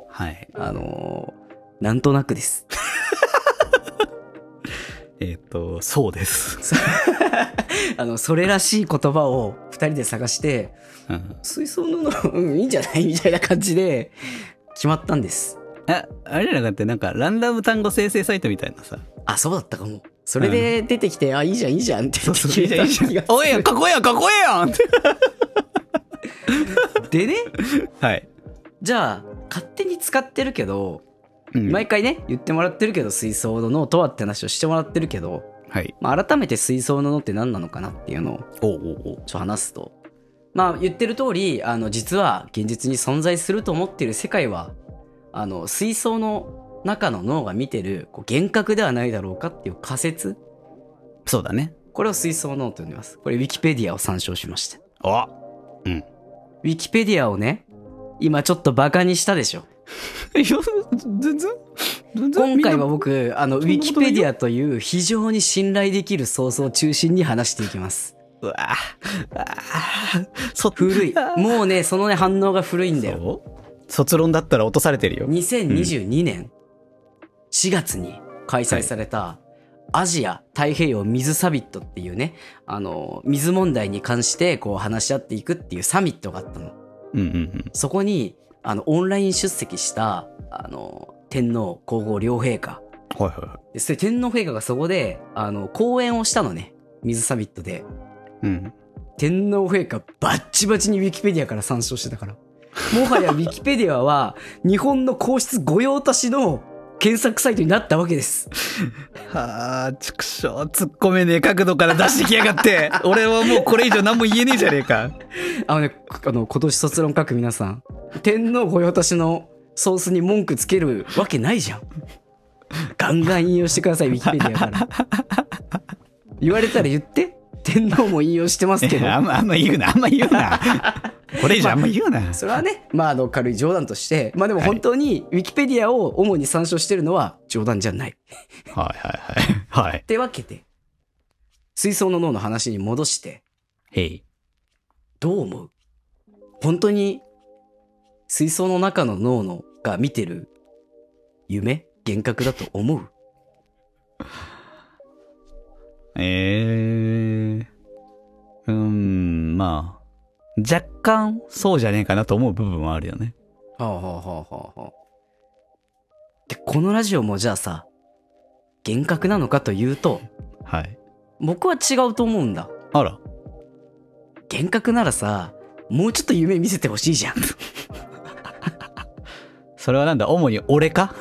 Speaker 1: はい
Speaker 2: あのーなんとなくです
Speaker 1: えっ、とそうです、
Speaker 2: あのそれらしい言葉を2人で探して
Speaker 1: うん、
Speaker 2: 水槽の の、うん、いいんじゃないみたいな感じで決まったんです
Speaker 1: ああれらだってなんかランダム単語生成サイトみたいなさ
Speaker 2: あそうだったかもそれで出てきて、あいいじゃんいいじゃんって言
Speaker 1: そう
Speaker 2: って
Speaker 1: そう
Speaker 2: 決めた気が する
Speaker 1: おいやんかっこええやんかっこええやんって
Speaker 2: でね
Speaker 1: はい、
Speaker 2: じゃあ勝手に使ってるけど
Speaker 1: うん
Speaker 2: 毎回ね言ってもらってるけど水槽の脳とはって話をしてもらってるけど、
Speaker 1: はい
Speaker 2: まあ、改めて水槽の脳って何なのかなっていうのを
Speaker 1: おうおうおう
Speaker 2: ちょっと話すとまあ言ってる通りあの実は現実に存在すると思っている世界はあの水槽の中の脳が見てるこう幻覚ではないだろうかっていう仮説
Speaker 1: そうだね
Speaker 2: これを水槽脳と呼びますこれウィキペディアを参照しました
Speaker 1: あ
Speaker 2: ウィキペディアをね今ちょっとバカにしたでしょ
Speaker 1: いや 全然全
Speaker 2: 今回は
Speaker 1: みんな
Speaker 2: 僕あのウ
Speaker 1: そんな
Speaker 2: ィ
Speaker 1: ことないよ
Speaker 2: キペディアという非常に信頼できるソースを中心に話していきます
Speaker 1: うわああそ
Speaker 2: 古い
Speaker 1: あ
Speaker 2: もうねそのね反応が古いんだよ
Speaker 1: そう卒論だったら落とされてるよ
Speaker 2: 2022年4月に開催されたアジア太平洋水サミットっていうねあの水問題に関してこう話し合っていくっていうサミットがあったの
Speaker 1: うんうんうん
Speaker 2: そこにあのオンライン出席したあの天皇皇后両陛下
Speaker 1: はいはいは
Speaker 2: でそれ天皇陛下がそこであの講演をしたのね水サミットで
Speaker 1: いうん
Speaker 2: 天皇陛下バッチバチにウィキペディアから参照してたからもはやウィキペディアは日本の皇室御用達の検索サイトになったわけです
Speaker 1: はあ畜生突っ込めねえ角度から出してきやがって 俺はもうこれ以上何も言えねえじゃねえ か
Speaker 2: あのねあの今年卒論書く皆さん天皇御用達のソースに文句つけるわけないじゃんガンガン引用してくださいウィキペディアから言われたら言って天皇も引用してますけど
Speaker 1: いやあんまあんま言うなあんま言うな これ以上あんま言うな、
Speaker 2: それはね、まあ、あの軽い冗談として、まあ、でも本当にウィキペディアを主に参照してるのは冗談じゃない。っ
Speaker 1: はいはいはいはい
Speaker 2: てわけで、水槽の脳の話に戻して、
Speaker 1: へい
Speaker 2: どう思う本当に水槽の中の脳のが見てる夢幻覚だと思う
Speaker 1: ええうーん、まあ、若干そうじゃねえかなと思う部分はあるよね。
Speaker 2: はあはあはあはあはあ。で、このラジオもじゃあさ、幻覚なのかというと、
Speaker 1: はい。
Speaker 2: 僕は違うと思うんだ。
Speaker 1: あら、
Speaker 2: 幻覚ならさもうちょっと夢見せてほしいじゃん
Speaker 1: それはなんだ主に俺か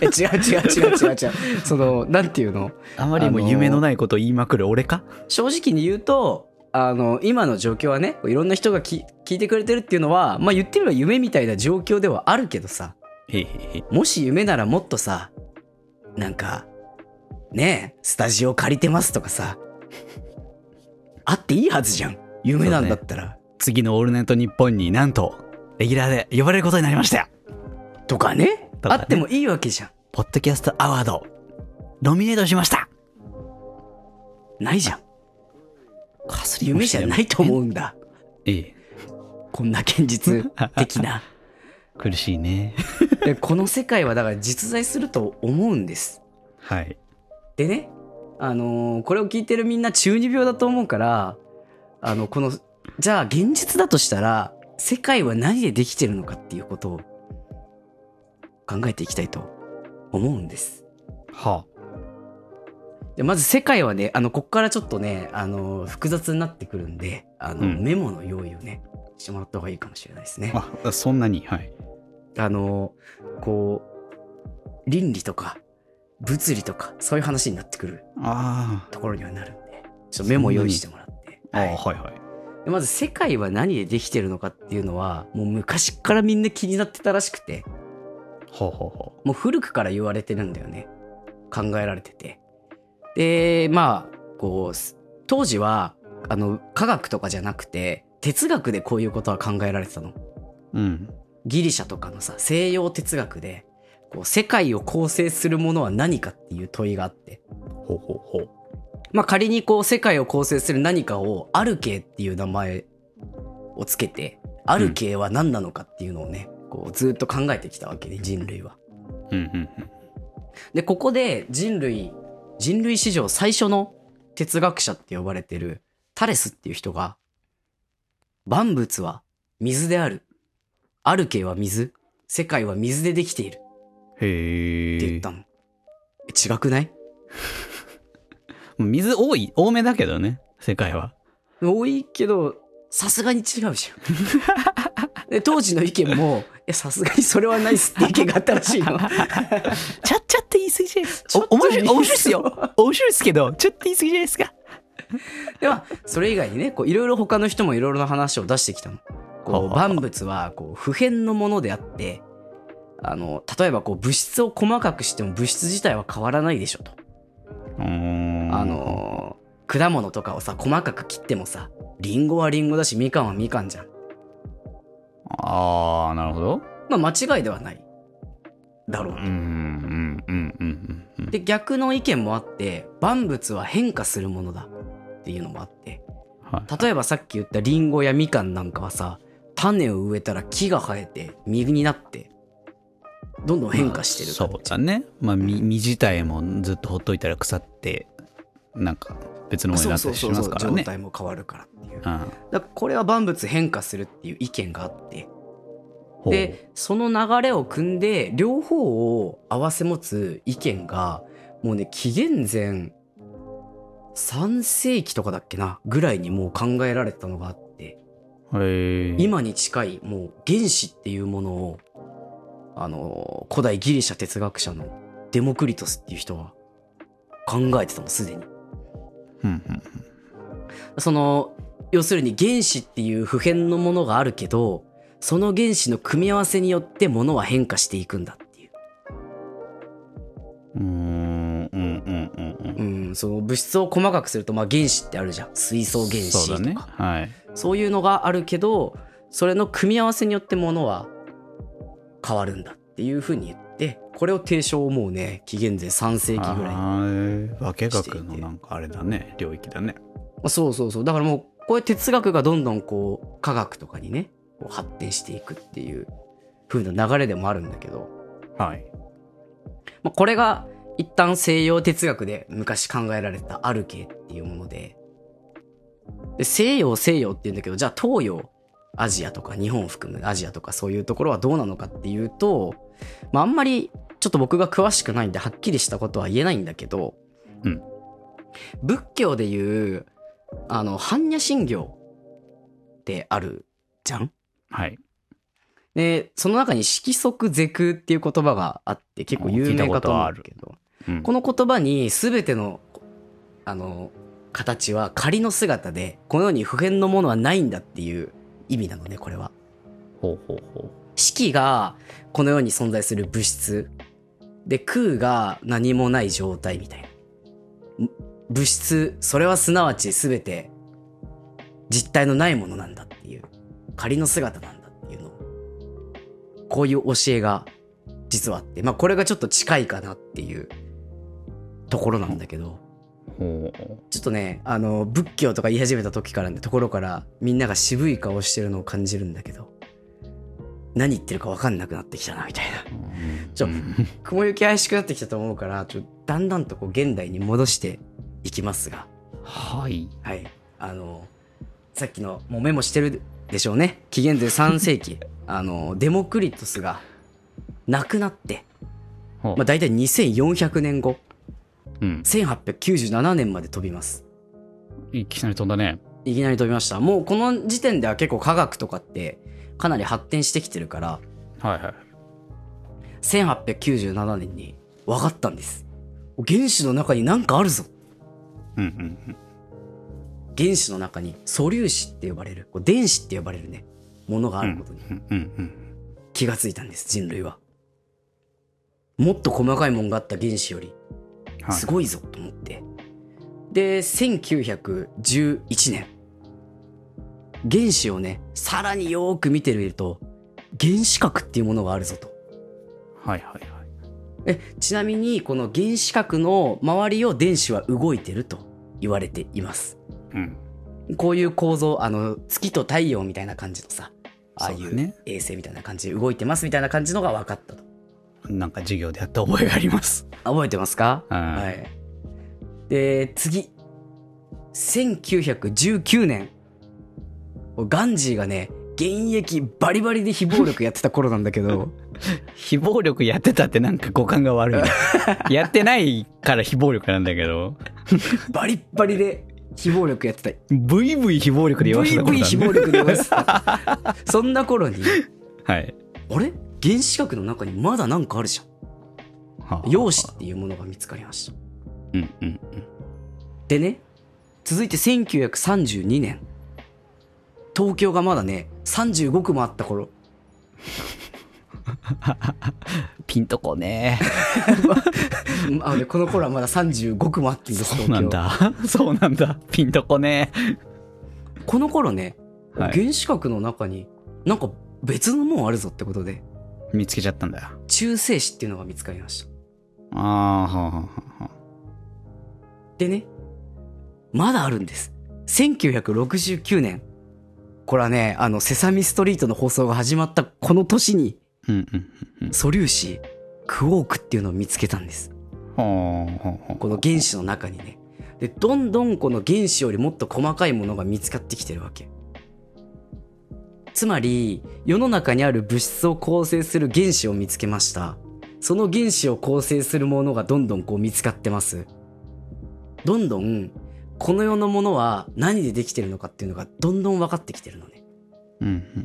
Speaker 2: え違う違う違う違う違う。その、なんていうの
Speaker 1: あまりも夢のないことを言いまくる俺か
Speaker 2: 正直に言うと、あの、今の状況はね、いろんな人がき聞いてくれてるっていうのは、まあ言ってみれば夢みたいな状況ではあるけどさ、
Speaker 1: へいへいへい
Speaker 2: もし夢ならもっとさ、なんか、ねえ、スタジオ借りてますとかさ、あっていいはずじゃん。夢なんだったら。
Speaker 1: 次の「オールナイトニッポン」になんとレギュラーで呼ばれることになりましたよ
Speaker 2: とかね
Speaker 1: とかね
Speaker 2: あってもいいわけじゃん。
Speaker 1: ポッドキャストアワードノミネートしました
Speaker 2: ないじゃん。
Speaker 1: かす
Speaker 2: 夢じゃないと思うんだ。
Speaker 1: ええ
Speaker 2: こんな現実的な。
Speaker 1: 苦しいね
Speaker 2: でこの世界はだから実在すると思うんです。
Speaker 1: はい
Speaker 2: でね、あのーこれを聞いてるみんな中二病だと思うから、あの、この、じゃあ現実だとしたら、世界は何でできてるのかっていうことを考えていきたいと思うんです。
Speaker 1: は
Speaker 2: でまず世界はね、あの、こっからちょっとね、あのー複雑になってくるんで、あの、
Speaker 1: うん
Speaker 2: メモの用意をね、してもらった方がいいかもしれないですね。
Speaker 1: ああそんなにはい
Speaker 2: あの、こう、倫理とか、物理とか、そういう話になってくる
Speaker 1: あ
Speaker 2: ところにはなるんで、ちょっとメモ用意してもらって。
Speaker 1: あ、
Speaker 2: はい
Speaker 1: あはいはい
Speaker 2: でまず世界は何でできてるのかっていうのは、もう昔っからみんな気になってたらしくて、
Speaker 1: ほうほうほ
Speaker 2: もう古くから言われてるんだよね。考えられてて。で、まあ、こう、す当時は、あの、科学とかじゃなくて、哲学でこういうことは考えられてたの。
Speaker 1: ううん
Speaker 2: ギリシャとかのさ西洋哲学でこう世界を構成するものは何かっていう問いがあって
Speaker 1: ほうほうほう
Speaker 2: まあ仮にこう世界を構成する何かをアルケーっていう名前をつけてアルケーは何なのかっていうのをね、こうずっと考えてきたわけで人類は。
Speaker 1: うんうんうん
Speaker 2: でここで人類人類史上最初の哲学者って呼ばれてるタレスっていう人が万物は水であるアルケーは水世界は水でできている
Speaker 1: へえ
Speaker 2: って言ったの。え違くない
Speaker 1: 水多い多めだけどね世界は
Speaker 2: 多いけど、さすがに違 うじゃん。で当時の意見も、え、さすがにそれはないっすって意見があったら しいの。
Speaker 1: ちゃっちゃって言い過ぎじゃないです
Speaker 2: か
Speaker 1: お面白い
Speaker 2: ちょっと
Speaker 1: 面白いっすよ面白いっすけどちょっと言い過ぎじゃないですか
Speaker 2: では、それ以外にね、こう、いろいろ他の人もいろいろな話を出してきたの。
Speaker 1: はあ
Speaker 2: こ
Speaker 1: は
Speaker 2: う、
Speaker 1: あはあ
Speaker 2: 万物は、こう、普遍のものであって、あの、例えばこう、物質を細かくしても物質自体は変わらないでしょと。
Speaker 1: うーん
Speaker 2: あのー果物とかをさ、細かく切ってもさ、リンゴはリンゴだし、みかんはみかんじゃん。
Speaker 1: ああなるほど
Speaker 2: まあ、間違いではない。だろう
Speaker 1: う
Speaker 2: と。
Speaker 1: んうんうんうんうんうん
Speaker 2: で逆の意見もあって万物は変化するものだっていうのもあって
Speaker 1: はい
Speaker 2: 例えばさっき言ったリンゴやみかんなんかはさ種を植えたら木が生えて実になってどんどん変化してる
Speaker 1: まあそう
Speaker 2: 形
Speaker 1: だねまあ実実自体もずっとほっといたら腐ってなんか別のものに
Speaker 2: そ
Speaker 1: なった
Speaker 2: うそう
Speaker 1: りし
Speaker 2: そう
Speaker 1: ます
Speaker 2: そう
Speaker 1: から
Speaker 2: 状
Speaker 1: ね
Speaker 2: 態も変わるからっていうだか
Speaker 1: うん
Speaker 2: らこれは万物変化するっていう意見があって
Speaker 1: ほう
Speaker 2: でその流れを組んで両方を併せ持つ意見がもうね紀元前3世紀とかだっけなぐらいにもう考えられてたのがあって
Speaker 1: へえ
Speaker 2: 今に近いもう原子っていうものをあの古代ギリシャ哲学者のデモクリトスっていう人は考えてたのすでに
Speaker 1: うんうん
Speaker 2: その要するに原子っていう普遍のものがあるけどその原子の組み合わせによってものは変化していくんだっていう
Speaker 1: うーんうんうんうんうん
Speaker 2: うんその物質を細かくするとまあ原子ってあるじゃん水素原子とか
Speaker 1: そうだねはい
Speaker 2: そういうのがあるけど、それの組み合わせによってものは変わるんだっていうふうに言って、これを提唱をもうね、紀元前3世紀ぐらいに。ま
Speaker 1: あー化学のなんかあれだね領域だね
Speaker 2: あそうそうそう。だからもう、こういう哲学がどんどんこう、科学とかにね、こう発展していくっていう風な流れでもあるんだけど、
Speaker 1: はい
Speaker 2: まあ、これが一旦西洋哲学で昔考えられたアルケーっていうもので、で西洋西洋って言うんだけど、じゃあ東洋、アジアとか日本を含むアジアとかそういうところはどうなのかっていうと、まああんまりちょっと僕が詳しくないんではっきりしたことは言えないんだけど、
Speaker 1: うん
Speaker 2: 仏教でいう、あの、般若心経ってあるじゃん
Speaker 1: はい
Speaker 2: で、その中に色即是空っていう言葉があって、結構有名かと思うんだけど、
Speaker 1: うん
Speaker 2: この言葉に全ての、あの、形は仮の姿で、このように普遍のものはないんだっていう意味なのね、これは。
Speaker 1: ほうほうほ
Speaker 2: 式がこの世に存在する物質で空が何もない状態みたいなん物質それはすなわち全て実体のないものなんだっていう仮の姿なんだっていうのこういう教えが実はあってまあこれがちょっと近いかなっていうところなんだけど
Speaker 1: うほう
Speaker 2: ちょっとねあの仏教とか言い始めた時からねところからみんなが渋い顔してるのを感じるんだけど何言ってるか分かんなくなってきたなみたいなちょ
Speaker 1: うん
Speaker 2: 雲行き怪しくなってきたと思うからちょだんだんとこう現代に戻していきますが
Speaker 1: はい
Speaker 2: はいあのさっきのもうメモしてるでしょうね紀元前3世紀あのデモクリトスが亡くなって、
Speaker 1: ほう
Speaker 2: まあ、大体2400年後
Speaker 1: うん
Speaker 2: 1897年まで飛びます
Speaker 1: いきなり飛んだね
Speaker 2: いきなり飛びました。もうこの時点では結構科学とかってかなり発展してきてるから、
Speaker 1: はいはい
Speaker 2: 1897年に分かったんです。原子の中に何かあるぞ。
Speaker 1: うんうん
Speaker 2: 原子の中に素粒子って呼ばれる、こう電子って呼ばれるね、ものがあることに
Speaker 1: うんうんうん
Speaker 2: 気がついたんです、人類は。もっと細かいもんがあった原子より、
Speaker 1: はい
Speaker 2: すごいぞと思って。で、1911年。原子をね、さらによーく見てみると、原子核っていうものがあるぞと。
Speaker 1: はいはいはい
Speaker 2: え、ちなみに、この原子核の周りを電子は動いてると言われています。
Speaker 1: うん
Speaker 2: こういう構造、あの、月と太陽みたいな感じのさ、ああい
Speaker 1: そう
Speaker 2: う
Speaker 1: だね
Speaker 2: 衛星みたいな感じで動いてますみたいな感じのが分かったと。
Speaker 1: なんか授業でやった覚えがあります
Speaker 2: あ覚えてますか
Speaker 1: うん
Speaker 2: はい。で、次。1919年。ガンジーがね、現役バリバリで非暴力やってた頃なんだけ ど、
Speaker 1: 非暴力やってたってなんか五感が悪い ねやってないから非暴力なんだけど
Speaker 2: バリッバリで非暴力やってた。
Speaker 1: ブイブイ非暴力で言わせたことあ
Speaker 2: VV
Speaker 1: る
Speaker 2: 非暴力で言わせた。そんな頃に、
Speaker 1: はい
Speaker 2: あれ原子核の中にまだなんかあるじゃ
Speaker 1: はあ
Speaker 2: ん。陽子っていうものが見つかりました。
Speaker 1: うんうん
Speaker 2: でね、続いて1932年。東京がまだね、35区もあった頃。
Speaker 1: ピンとこね
Speaker 2: うんあのねこの頃はまだ35区もあってんです
Speaker 1: そうなんだそうなんだピンとこね
Speaker 2: 東京この頃ね、
Speaker 1: はい
Speaker 2: 原子核の中になんか別のもんあるぞってことで
Speaker 1: 見つけちゃったんだよ
Speaker 2: 中性子っていうのが見つかりました
Speaker 1: あーはあはあは
Speaker 2: でねまだあるんです1969年これはねあの「セサミストリート」の放送が始まったこの年に
Speaker 1: あうんうんうん
Speaker 2: 素粒子クォークっていうのを見つけたんです
Speaker 1: ほうほうほう
Speaker 2: この原子の中にねでどんどんこの原子よりもっと細かいものが見つかってきてるわけつまり世の中にある物質を構成する原子を見つけましたその原子を構成するものがどんどんこう見つかってますどんどんこの世のものは何でできてるのかっていうのがどんどん分かってきてるのね
Speaker 1: うんうん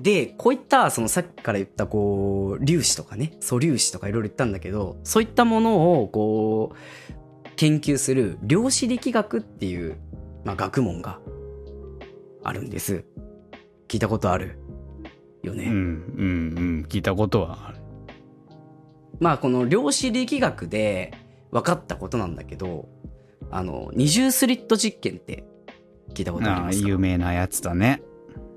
Speaker 2: で、こういった、そのさっきから言った、こう、粒子とかね、素粒子とかいろいろ言ったんだけど、そういったものを、こう、研究する量子力学っていう、まあ、学問があるんです。聞いたことあるよね。
Speaker 1: うんうんうん聞いたことはある
Speaker 2: まあ、この量子力学で分かったことなんだけど、あの、二重スリット実験って聞いたことあり
Speaker 1: あ
Speaker 2: ま
Speaker 1: ー
Speaker 2: すか
Speaker 1: 有名なやつだね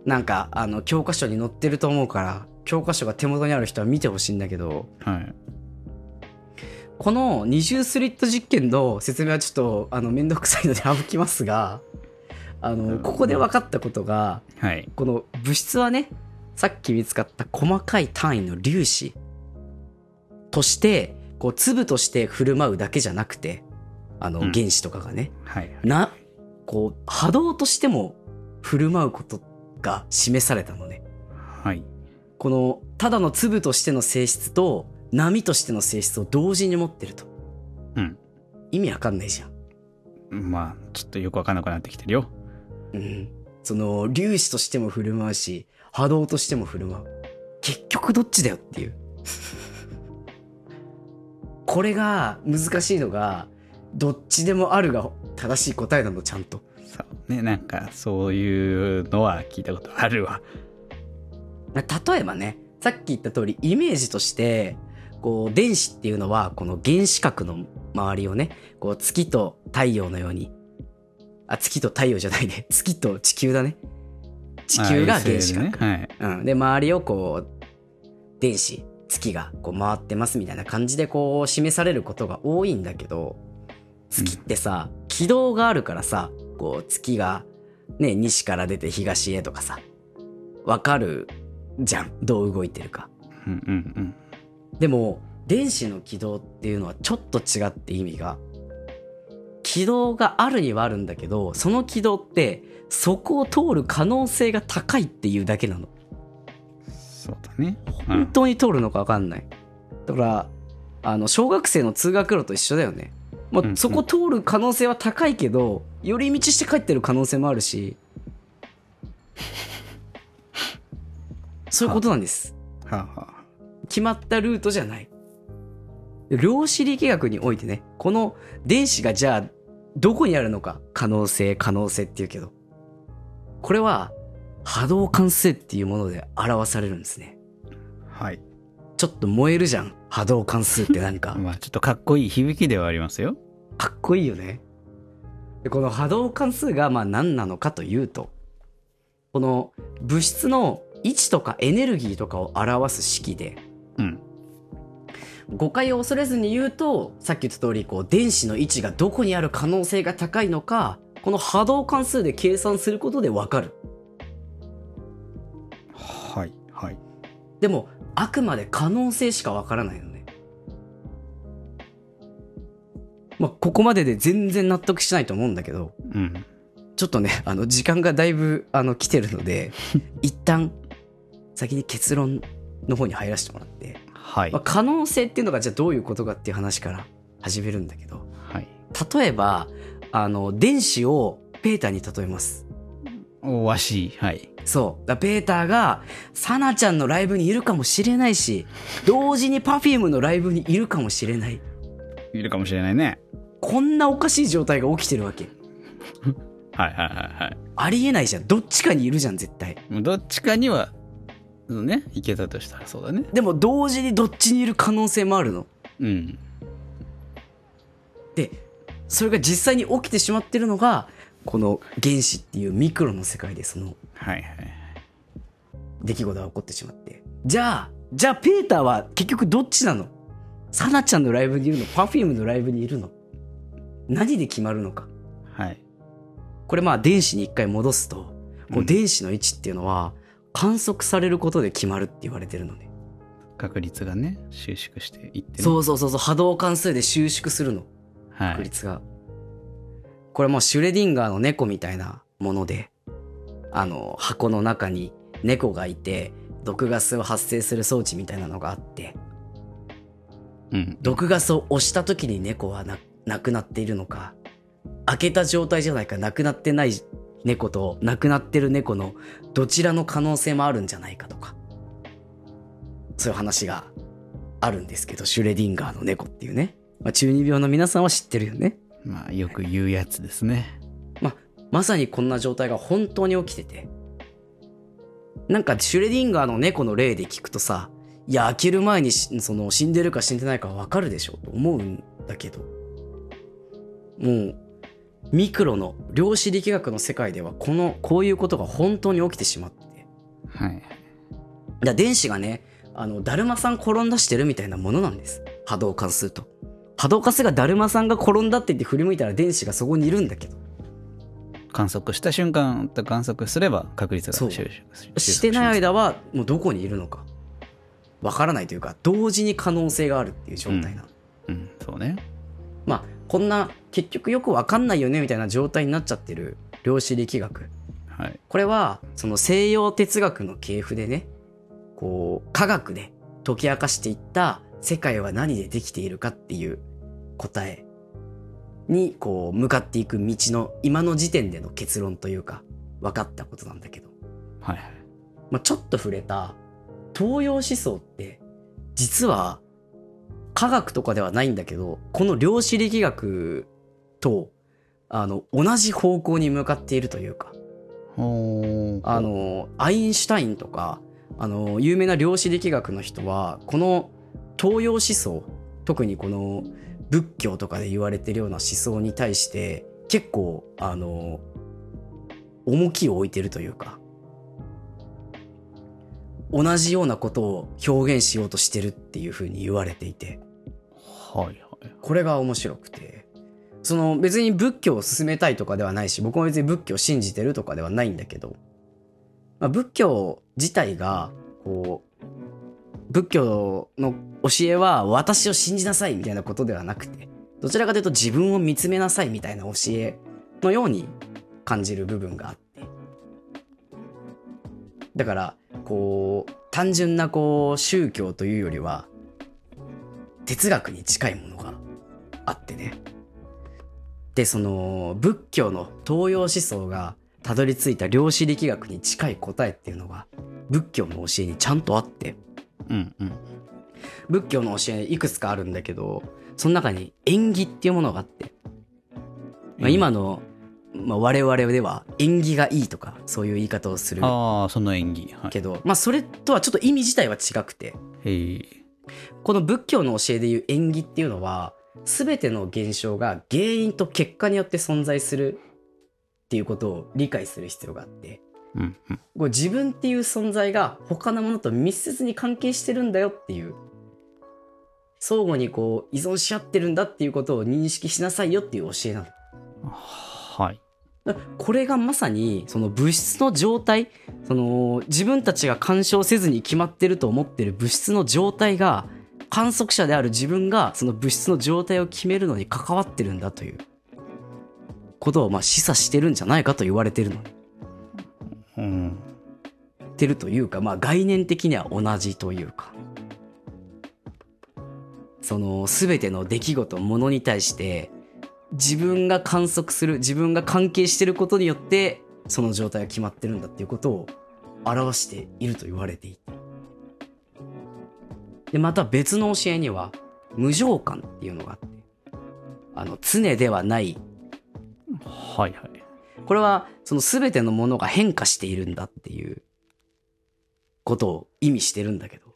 Speaker 2: なんか、あの、教科書に載ってると思うから、教科書が手元にある人は見てほしいんだけど、
Speaker 1: はい
Speaker 2: この二重スリット実験の説明はちょっとあの面倒くさいので省きますが あ
Speaker 1: う
Speaker 2: の
Speaker 1: ん
Speaker 2: ここで分かったことが
Speaker 1: はい
Speaker 2: この物質はねさっき見つかった細かい単位の粒子としてこう粒として振る舞うだけじゃなくてあの
Speaker 1: うん
Speaker 2: 原子とかがね、
Speaker 1: はい
Speaker 2: なこう波動としても振る舞うことが示されたのね。
Speaker 1: はい
Speaker 2: このただの粒としての性質と波としての性質を同時に持ってると、
Speaker 1: うん
Speaker 2: 意味わかんないじゃん、
Speaker 1: まあちょっとよくわかんなくなってきてるよ
Speaker 2: うん、その粒子としても振る舞うし波動としても振る舞う結局どっちだよっていう これが難しいのがどっちでもあるが正しい答えなのちゃんと
Speaker 1: さあねなんかそういうのは聞いたことあるわ
Speaker 2: 例えばねさっき言った通りイメージとしてこう電子っていうのはこの原子核の周りをねこう月と太陽のようにあ月と太陽じゃないね月と地球だね地球が原子核、
Speaker 1: ああいう制度ねはい
Speaker 2: うん、で周りをこう電子月がこう回ってますみたいな感じでこう示されることが多いんだけど月ってさ、軌道があるからさこう月が、ね、西から出て東へとかさわかるじゃんどう動いてるか。
Speaker 1: うんうんうん
Speaker 2: でも電子の軌道っていうのはちょっと違って意味が軌道があるにはあるんだけどその軌道ってそこを通る可能性が高いっていうだけなの。
Speaker 1: そうだね
Speaker 2: 本当に通るのか分かんないだからあの小学生の通学路と一緒だよね、ま
Speaker 1: うん
Speaker 2: あ、そこ通る可能性は高いけど寄り道して帰ってる可能性もあるしそういうことなんです
Speaker 1: うんはあはあ
Speaker 2: 決まったルートじゃない量子力学においてねこの電子がじゃあどこにあるのか可能性可能性っていうけどこれは波動関数っていうもので表されるんですね
Speaker 1: はい
Speaker 2: ちょっと燃えるじゃん波動関数ってなんか
Speaker 1: まあちょっとかっこいい響きではありますよ
Speaker 2: かっこいいよねでこの波動関数がまあ何なのかというとこの物質の位置とかエネルギーとかを表す式で
Speaker 1: うん
Speaker 2: 誤解を恐れずに言うとさっき言った通りこう電子の位置がどこにある可能性が高いのかこの波動関数で計算することでわかる
Speaker 1: はいはい
Speaker 2: でもあくまで可能性しかわからないのねまあここまでで全然納得しないと思うんだけど
Speaker 1: うん
Speaker 2: ちょっとねあの時間がだいぶあの来てるの で一旦先に結論の方に入らせてもらって、
Speaker 1: はい
Speaker 2: まあ、可能性っていうのがじゃあどういうことかっていう話から始めるんだけど
Speaker 1: はい
Speaker 2: 例えばあの電子をペーターに例えます
Speaker 1: おわしはい
Speaker 2: そうだペーターがサナちゃんのライブにいるかもしれないし同時に Perfume のライブにいるかもしれない
Speaker 1: いるかもしれないね
Speaker 2: こんなおかしい状態が起きてるわけ
Speaker 1: はいはいはいはい
Speaker 2: ありえないじゃんどっちかにいるじゃん絶対
Speaker 1: もうどっちかにはそうねいけたとしたらそうだね
Speaker 2: でも同時にどっちにいる可能性もあるの
Speaker 1: うん
Speaker 2: でそれが実際に起きてしまってるのがこの原子っていうミクロの世界でその
Speaker 1: はいはい
Speaker 2: 出来事が起こってしまってじゃあじゃあペーターは結局どっちなのサナちゃんのライブにいるのパフュームのライブにいるの何で決まるのか
Speaker 1: はい
Speaker 2: これまあ電子に一回戻すとこ
Speaker 1: う
Speaker 2: うん電子の位置っていうのは観測されることで決まるって言われてるのね、
Speaker 1: 確率がね収縮していってね
Speaker 2: そうそうそうそう波動関数で収縮するの
Speaker 1: は
Speaker 2: 確
Speaker 1: い
Speaker 2: 率が、これもうシュレディンガーの猫みたいなものであの箱の中に猫がいて毒ガスを発生する装置みたいなのがあって
Speaker 1: うん
Speaker 2: 毒ガスを押した時に猫はな亡くなっているのか開けた状態じゃないか亡くなってない猫と亡くなってる猫のどちらの可能性もあるんじゃないかとかそういう話があるんですけどシュレディンガーの猫っていうね、まあ、中二病の皆さんは知ってるよね
Speaker 1: まあよく言うやつですね
Speaker 2: まさにこんな状態が本当に起きててなんかシュレディンガーの猫の例で聞くとさいや開ける前にしその死んでるか死んでないかわかるでしょと思うんだけどもうミクロの量子力学の世界ではこのこういうことが本当に起きてしまってて
Speaker 1: はい
Speaker 2: だから電子がねあのだるまさん転んだしてるみたいなものなんです波動関数と波動関数がだるまさんが転んだって言って振り向いたら電子がそこにいるんだけど
Speaker 1: 観測した瞬間と観測すれば確率が
Speaker 2: そ
Speaker 1: 収
Speaker 2: う
Speaker 1: 縮する
Speaker 2: してない
Speaker 1: 間
Speaker 2: 間はもうどこにいるのかわからないというか同時に可能性があるっていう状態な、
Speaker 1: うんそうね
Speaker 2: まあこんな結局よくわかんないよねみたいな状態になっちゃってる量子力学
Speaker 1: はい
Speaker 2: これはその西洋哲学の系譜でねこう科学で解き明かしていった世界は何でできているかっていう答えにこう向かっていく道の今の時点での結論というか分かったことなんだけど、
Speaker 1: はいはい。
Speaker 2: まあ、ちょっと触れた東洋思想って実は科学とかではないんだけどこの量子力学とあの同じ方向に向かっているというか
Speaker 1: ほ
Speaker 2: あのアインシュタインとかあの有名な量子力学の人はこの東洋思想特にこの仏教とかで言われてるような思想に対して結構あの重きを置いてるというか同じようなことを表現しようとしてるっていうふうに言われていて
Speaker 1: はいはい。
Speaker 2: これが面白くてその別に仏教を進めたいとかではないし僕も別に仏教を信じてるとかではないんだけど、まあ、仏教自体がこう仏教の教えは私を信じなさいみたいなことではなくてどちらかというと自分を見つめなさいみたいな教えのように感じる部分があってだからこう単純なこう宗教というよりは哲学に近いものがあってねでその仏教の東洋思想がたどり着いた量子力学に近い答えっていうのが仏教の教えにちゃんとあって
Speaker 1: うんうん。
Speaker 2: 仏教の教えいくつかあるんだけどその中に縁起っていうものがあって、まあ、今の、まあ、我々では縁起がいいとかそういう言い方をする
Speaker 1: ああ、その演技。はい。
Speaker 2: けど、まあ、それとはちょっと意味自体は違くて
Speaker 1: へえ。
Speaker 2: この仏教の教えでいう縁起っていうのは全ての現象が原因と結果によって存在するっていうことを理解する必要があって
Speaker 1: うんうん。
Speaker 2: こう自分っていう存在が他のものと密接に関係してるんだよっていう相互にこう依存し合ってるんだっていうことを認識しなさいよっていう教えなの。
Speaker 1: はい。
Speaker 2: だからこれがまさにその物質の状態その自分たちが干渉せずに決まってると思ってる物質の状態が観測者である自分がその物質の状態を決めるのに関わってるんだということをまあ示唆してるんじゃないかと言われてるのね
Speaker 1: うん。
Speaker 2: ってるというか、まあ、概念的には同じというかその全ての出来事ものに対して自分が観測する自分が関係してることによってその状態が決まってるんだっていうことを表していると言われていてでまた別の教えには無常感っていうのがあってあの常ではない
Speaker 1: はいはい。
Speaker 2: これはその全てのものが変化しているんだっていうことを意味してるんだけど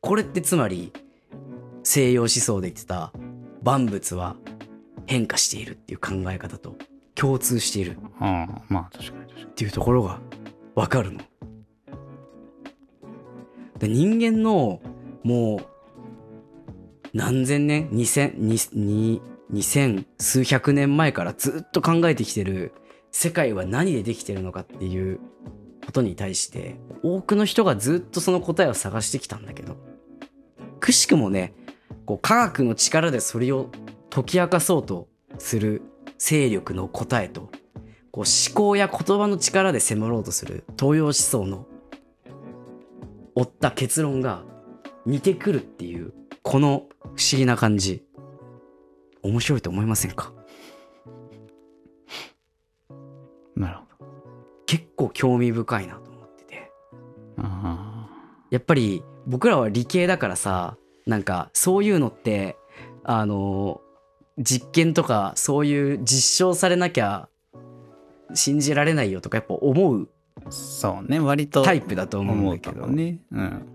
Speaker 2: これってつまり西洋思想で言ってた万物は変化しているっていう考え方と共通しているっ
Speaker 1: ああ、まあ確かに確か
Speaker 2: ていうところがわかるの。で人間のもう何千年二千二二二千数百年前からずっと考えてきてる世界は何でできてるのかっていうことに対して多くの人がずっとその答えを探してきたんだけどくしくもねこう科学の力でそれを解き明かそうとする勢力の答えとこう思考や言葉の力で迫ろうとする東洋思想の追った結論が似てくるっていうこの不思議な感じ面白いと思いませんか
Speaker 1: に。なるほど。
Speaker 2: 結構興味深いなと思ってて。
Speaker 1: あ
Speaker 2: やっぱり僕らは理系だからさなんかそういうのってあの実験とかそういう実証されなきゃ信じられないよとかやっぱ思う
Speaker 1: あ。そうね、割と。
Speaker 2: タイプだと思うん
Speaker 1: 思
Speaker 2: だ
Speaker 1: う
Speaker 2: け
Speaker 1: け
Speaker 2: ど
Speaker 1: どね。うん。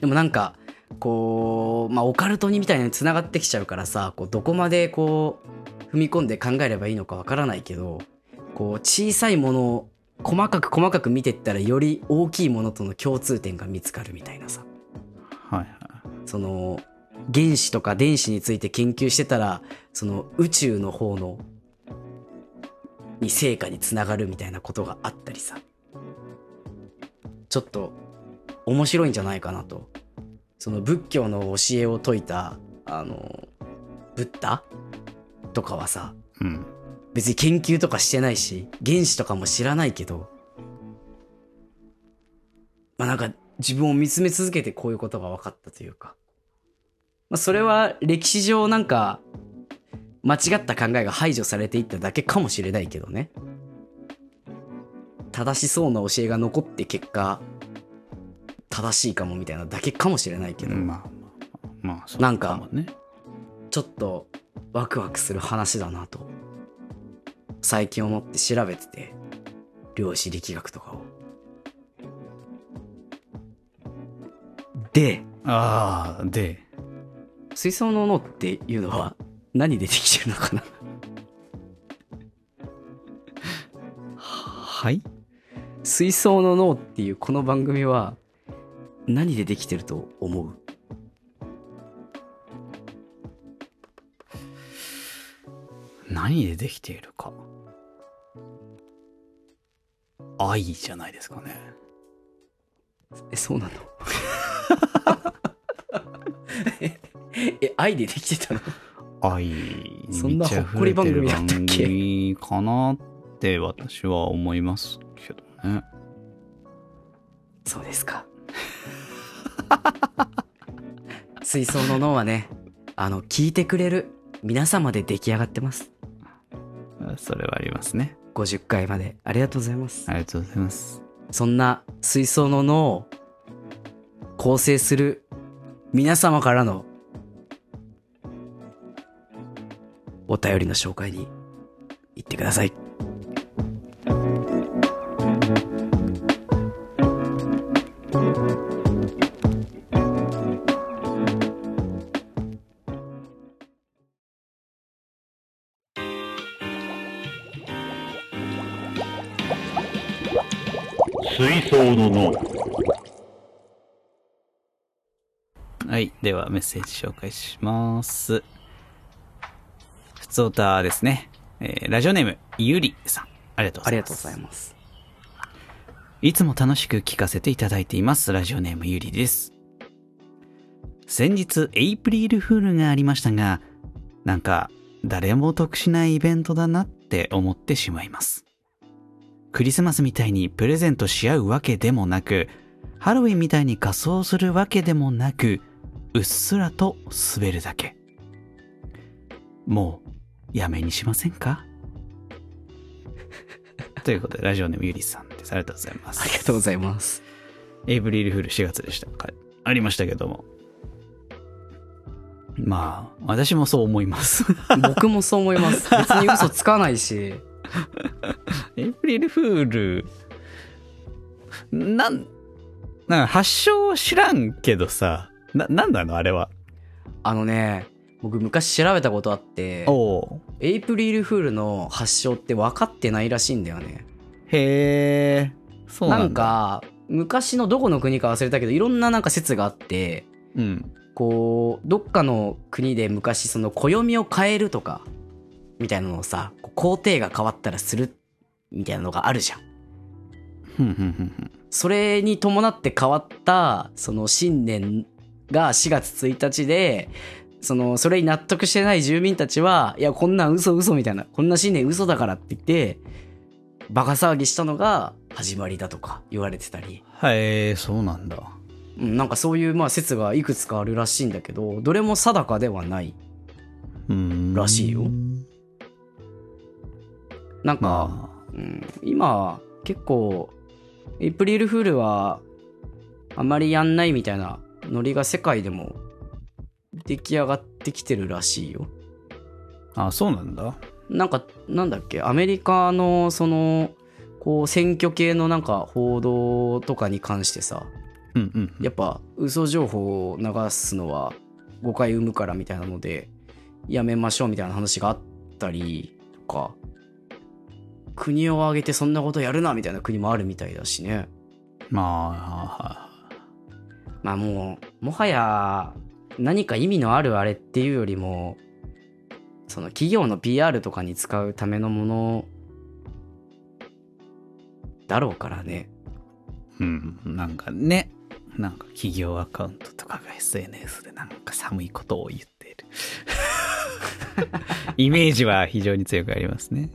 Speaker 2: でもなんかこうまあオカルトにみたいなのにつながってきちゃうからさこうどこまでこう踏み込んで考えればいいのかわからないけどこう小さいものを細かく細かく見てったらより大きいものとの共通点が見つかるみたいなさ
Speaker 1: はいはい。
Speaker 2: その原子とか電子について研究してたらその宇宙の方のに成果につながるみたいなことがあったりさちょっと面白いんじゃないかなとその仏教の教えを説いたあのブッダとかはさ
Speaker 1: うん。
Speaker 2: 別に研究とかしてないし原子とかも知らないけどまあなんか自分を見つめ続けてこういうことが分かったというか、まあ、それは歴史上なんか間違った考えが排除されていっただけかもしれないけどね正しそうな教えが残って結果正しいかもみたいなだけかもしれないけど、
Speaker 1: まあまあまあそう
Speaker 2: なんか
Speaker 1: もね
Speaker 2: ちょっとワクワクする話だなと最近思って調べてて量子力学とかをで
Speaker 1: ああで
Speaker 2: 水槽の脳っていうのは何でできてるのかな
Speaker 1: はい
Speaker 2: 水槽の脳っていうこの番組は何でできてると思う
Speaker 1: 何でできているか愛じゃないですかね
Speaker 2: えそうなの え愛でできてたの
Speaker 1: 愛に
Speaker 2: そんな
Speaker 1: 満ち溢れてる番組かなって私は思いますけどね
Speaker 2: そうですか水槽の脳はねあの聞いてくれる皆様で出来上がってます
Speaker 1: それはありますね
Speaker 2: 50回までありがとうございます
Speaker 1: ありがとうございます
Speaker 2: そんな水槽の脳を構成する皆様からのお便りの紹介に行ってください。
Speaker 4: 水槽の脳
Speaker 1: はいではメッセージ紹介しますふつおたですね、えーラジオネームゆりさんありがとうご
Speaker 2: あ
Speaker 1: ざ
Speaker 2: り
Speaker 1: いま
Speaker 2: がとうご
Speaker 1: す
Speaker 2: ざいます。
Speaker 1: いつも楽しく聞かせていただいています。ラジオネームゆりです。先日、エイプリルフールがありましたが、なんか、誰も得しないイベントだなって思ってしまいます。クリスマスみたいにプレゼントし合うわけでもなく、ハロウィンみたいに仮装するわけでもなく、うっすらと滑るだけ。もう、やめにしませんか ということで、ラジオネームゆりさんです。ありがとうございます。
Speaker 2: ありがとうございます。
Speaker 1: エイプリルフール4月でしたか。ありましたけども。まあ、私もそう思います。
Speaker 2: 僕もそう思います。別に嘘つかないし、
Speaker 1: エイプリルフール、なん、なんか発祥は知らんけどさ、な、なんなのあれは。
Speaker 2: あのね、僕昔調べたことあって、
Speaker 1: おう
Speaker 2: エイプリルフールの発祥って分かってないらしいんだよね。
Speaker 1: へえ、そう
Speaker 2: な
Speaker 1: なんんだ。
Speaker 2: か、昔のどこの国か忘れたけど、いろんななんか説があって、
Speaker 1: うん。
Speaker 2: こうどっかの国で昔その暦を変えるとかみたいなのをさこう皇帝が変わったらするみたいなのがあるじゃん。
Speaker 1: ふんふんふんふん。
Speaker 2: それに伴って変わったその新年が4月1日でそのそれに納得してない住民たちはいやこんなん嘘嘘みたいなこんな新年嘘だからって言ってバカ騒ぎしたのが始まりだとか言われてたり
Speaker 1: へえ、そうなんだ。
Speaker 2: うんなんかそういうまあ説がいくつかあるらしいんだけどどれも定かではない。
Speaker 1: うーん。
Speaker 2: らしいよなんか、
Speaker 1: まあ、
Speaker 2: うん、今結構エイプリルフールはあまりやんないみたいなノリが世界でも出来上がってきてるらしいよ
Speaker 1: あ、そうなんだ。
Speaker 2: なんかなんだっけアメリカのそのこう選挙系のなんか報道とかに関してさ
Speaker 1: うんうん。
Speaker 2: やっぱ嘘情報を流すのは誤解生むからみたいなのでやめましょうみたいな話があったりとか国を挙げてそんなことやるなみたいな国もあるみたいだしね
Speaker 1: まあ、
Speaker 2: まあもうもはや何か意味のあるあれっていうよりもその企業の PR とかに使うためのものだろうからね
Speaker 1: うん、なんかね、なんか企業アカウントとかが SNS でなんか寒いことを言っている。 イメージは非常に強くありますね。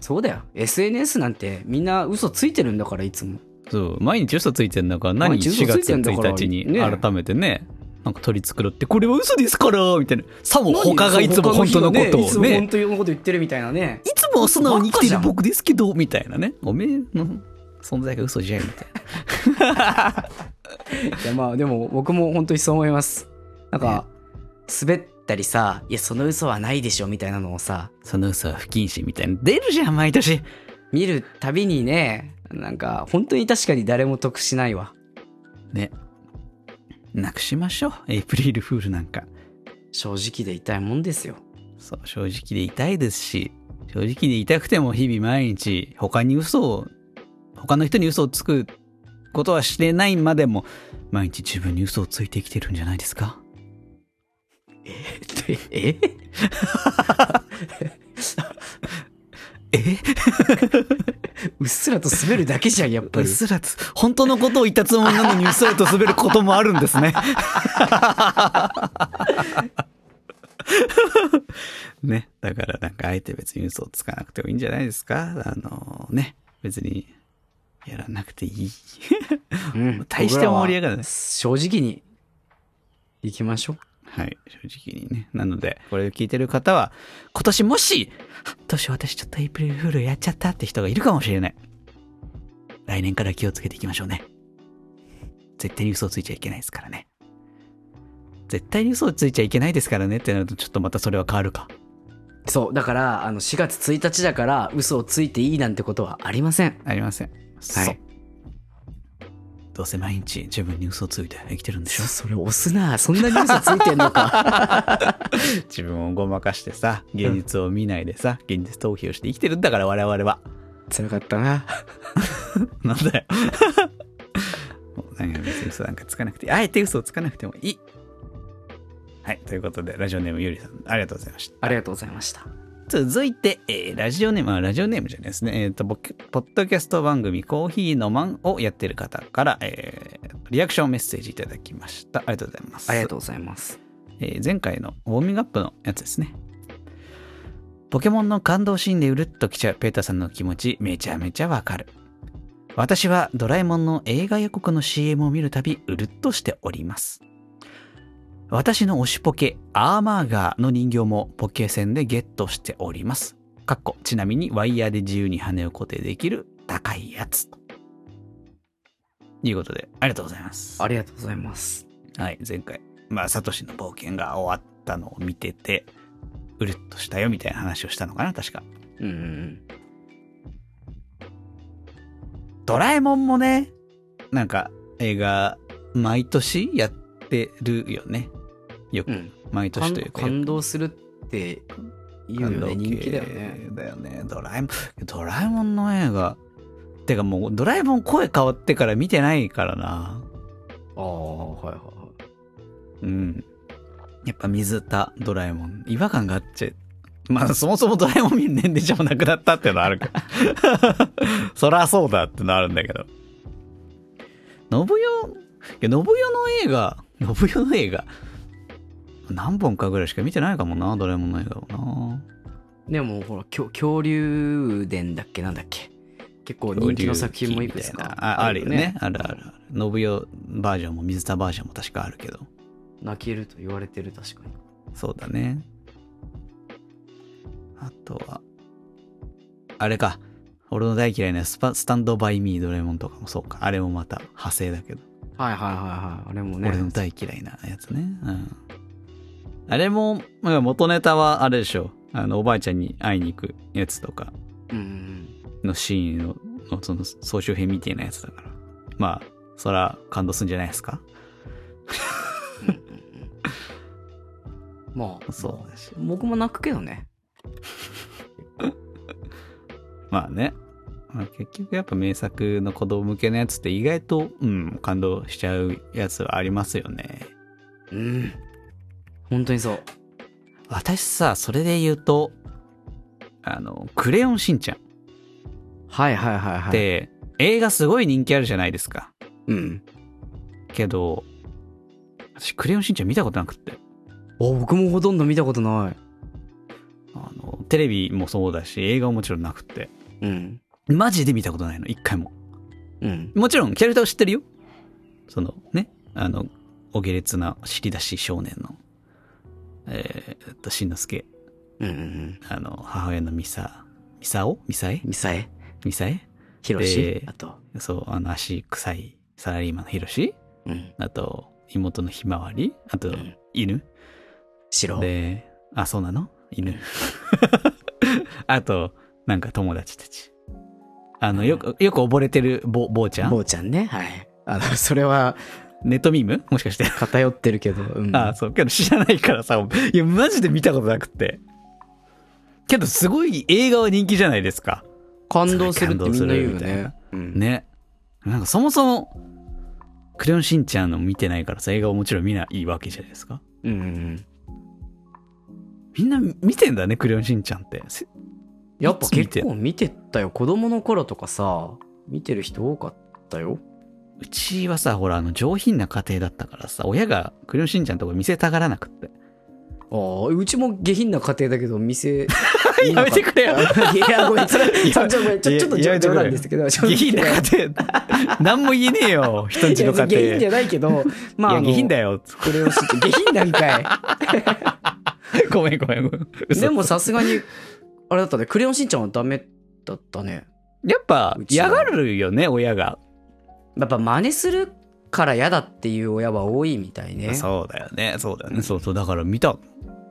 Speaker 2: そうだよ SNS なんてみんな嘘ついてるんだからいつも
Speaker 1: そう、毎日嘘ついてんだから、
Speaker 2: 毎
Speaker 1: 何
Speaker 2: 日嘘
Speaker 1: 4
Speaker 2: つい
Speaker 1: 月
Speaker 2: てんだから
Speaker 1: 1日に
Speaker 2: ね
Speaker 1: 改めてね、なんか取り繕って、これは嘘ですからみたいな。さも他がいつも本当のことを
Speaker 2: ねいつも
Speaker 1: ね。
Speaker 2: 本当のこと言ってるみたいなね
Speaker 1: いつもは素直に生きてる僕ですけど、みたいなね。おめえの存在が嘘じゃん、みたい
Speaker 2: いやまあでも僕も本当にそう思いますなんか滑ったりさ「いやその嘘はないでしょ」みたいなのをさ
Speaker 1: な。その嘘は不謹慎みたいな。出るじゃん、毎年。
Speaker 2: 見るたびにねなんか本当に確かに誰も得しないわ
Speaker 1: ね。なくしましょう。エイプリルフールなんか。
Speaker 2: 正直で痛いもんですよ
Speaker 1: そう、正直で痛いですし、正直で痛くても日々毎日、他に嘘を、他の人に嘘をつくことはしてないまでも、毎日自分に嘘をついて生きてるんじゃないですか
Speaker 2: ええ
Speaker 1: え
Speaker 2: うっすらと滑るだけじゃんやっぱ
Speaker 1: うっ
Speaker 2: り
Speaker 1: すらつ、本当のことを言ったつもりなのに、うっすらと滑ることもあるんですね。 ね。だから、なんか、あえて別に嘘をつかなくてもいいんじゃないですかあのね。別に、やらなくていい。
Speaker 2: うん
Speaker 1: 大して盛り上がらない
Speaker 2: 僕は正直に行きましょう
Speaker 1: はい、正直にね。なので、これを聞いてる方は、今年もし、今年私ちょっとエイプリルフールやっちゃったって人がいるかもしれない。来年から気をつけていきましょうね。絶対に嘘をついちゃいけないですからね。絶対に嘘をついちゃいけないですからねってなると、ちょっとまたそれは変わるか。
Speaker 2: そうだからあの4月1日だから嘘をついていいなんてことはありません
Speaker 1: ありません。そう。どうせ毎日自分に嘘をついて生きてるんでしょ
Speaker 2: そそれ押すなそんなに嘘ついてんのか
Speaker 1: 自分をごまかしてさ、現実を見ないでさ、現実逃避をして生きてるんだから我々は。
Speaker 2: 辛かったな
Speaker 1: なんだよ。もうなんか別に嘘なんかつかなくて、あえて嘘をつかなくてもいい。はい、ということで、ラジオネームゆりさん、ありがとうございました。
Speaker 2: ありがとうございました
Speaker 1: 続いて、えーラジオネーム、あラジオネームじゃないですね、えっ、と、僕ポッドキャスト番組、コーヒーのマンをやってる方から、えーリアクションメッセージいただきました。ありがとうございます。
Speaker 2: ありがとうございます
Speaker 1: えー前回のウォーミングアップのやつですね。ポケモンの感動シーンでうるっときちゃうペーターさんの気持ちめちゃめちゃわかる。私はドラえもんの映画予告の CM を見るたびうるっとしております。私の推しポケアーマーガーの人形もポケ戦でゲットしております。かっこちなみにワイヤーで自由に羽を固定できる高いやつ。ということでありがとうございます。
Speaker 2: ありがとうございます
Speaker 1: はい、前回、まあ、サトシの冒険が終わったのを見てて、うるっとしたよみたいな話をしたのかな、確か。
Speaker 2: うんうんうん
Speaker 1: ドラえもんもね、なんか映画、毎年やってるよね。よく、
Speaker 2: うん
Speaker 1: 毎年というか。
Speaker 2: 感動するって言うよね人気だよね。
Speaker 1: だよね。ドラえもん、ドラえもんの映画。てかもう、ドラえもん声変わってから見てないからな。
Speaker 2: ああはいはいは
Speaker 1: う
Speaker 2: い
Speaker 1: ん。やっぱ水田ドラえもん。違和感があっちゃう。まあ、そもそもドラえもん見る年齢じゃもなくなったっていうのはあるから。 そらそうだってのはあるんだけど。信代、いや、信代の映画、信代の映画、何本かぐらいしか見てないかもな、ドラえもんの映画をな。
Speaker 2: でもほらきょ恐竜伝だっけなんだっけ結構人気の作品もいくつ
Speaker 1: みた
Speaker 2: か
Speaker 1: いなああるよね。あるあるある。信代バージョンも水田バージョンも確かあるけど。
Speaker 2: 泣けると言われてる確かに
Speaker 1: そうだね。あとは、あれか。俺の大嫌いなスパスタンドバイミードラえもんとかもそうか。あれもまた派生だけど。
Speaker 2: はいはいはいはいあれもね
Speaker 1: 俺の大嫌いなやつね。うん。あれも、まあ元ネタはあれでしょ。あの、おばあちゃんに会いに行くやつとか
Speaker 2: うんうん
Speaker 1: のシーンの、のその総集編みたいなやつだから。まあ、そら感動するんじゃないですか
Speaker 2: うんまあ
Speaker 1: そうだし。
Speaker 2: 僕も泣くけどね
Speaker 1: まあね。まあ、結局やっぱ名作の子供向けのやつって意外と、うん、感動しちゃうやつはありますよね。
Speaker 2: うん本当にそう
Speaker 1: 私さ、それで言うと、あの、クレヨンしんちゃんっ
Speaker 2: はいはいはいはい
Speaker 1: て、映画すごい人気あるじゃないですか。
Speaker 2: うん
Speaker 1: けど、私クレヨンしんちゃん見たことなくって。
Speaker 2: お僕もほとんど見たことな
Speaker 1: あの、テレビもそうだし、映画ももちろんなくって。
Speaker 2: いうん
Speaker 1: マジで見たことないの、一回も。
Speaker 2: うん
Speaker 1: もちろん、キャラクターを知ってるよ。そのね、あの、お下劣な尻出し少年の、えー、えっと、しんのすけ、
Speaker 2: うんうんうん。
Speaker 1: あの、母親のミサ、ミサオミサエ
Speaker 2: ミサエ、
Speaker 1: ミサエ
Speaker 2: ヒロ
Speaker 1: で
Speaker 2: シ、あと、
Speaker 1: そう、あの、足臭いサラリーマンのヒロシ
Speaker 2: うん、
Speaker 1: あと、妹のひまわりあと
Speaker 2: ん、
Speaker 1: 犬、
Speaker 2: シロ、
Speaker 1: で、あ、そうなの犬。 あと、なんか友達たち。あの、よく、よく溺れてるぼ、坊ちゃん
Speaker 2: 坊ちゃんね。はい。あの、それは
Speaker 1: ネットミームもしかして。
Speaker 2: 偏ってるけど、うん。
Speaker 1: ああ、そう。けど知らないからさ、いや、マジで見たことなくって。けど、すごい映画は人気じゃないですか。
Speaker 2: 感動するってみんな言うよ
Speaker 1: 感動するみたい
Speaker 2: ね
Speaker 1: な。
Speaker 2: うん
Speaker 1: ね。なんかそもそも、クレヨンしんちゃんの見てないからさ、映画をもちろん見ないわけじゃないですか。
Speaker 2: うんうんうん。
Speaker 1: みんな見てんだね、クレヨンしんちゃんって。せ
Speaker 2: やっぱ結構見てたよ。子供の頃とかさ、見てる人多かったよ。
Speaker 1: うちはさ、ほら、あの、上品な家庭だったからさ、親がクレヨンしんちゃんとか見せたがらなくって。
Speaker 2: ああ、うちも下品な家庭だけど、店。
Speaker 1: やめてくれよ
Speaker 2: いや、ごめん、それ、それちょごめんちょ
Speaker 1: いや
Speaker 2: ちょっと
Speaker 1: やめ
Speaker 2: 冗
Speaker 1: てくれ
Speaker 2: 冗談ですけど、
Speaker 1: 下品な家 庭。なんも言えねえよ、人んちの家庭。
Speaker 2: いや下品じゃない けど、まあ、
Speaker 1: いや、下品だ
Speaker 2: よ。
Speaker 1: よ。
Speaker 2: これを知って、下品なんか い。
Speaker 1: ごめんごめんごめん。嘘
Speaker 2: でもさすがに、あれだったね、クレヨンしんちゃんはダメだったね。
Speaker 1: やっぱ
Speaker 2: うちは
Speaker 1: 嫌がるよね、親が。
Speaker 2: やっぱ真似するから嫌だっていう親は多いみたいね。
Speaker 1: そうだよね、そうだよね。そうそう、だから見た、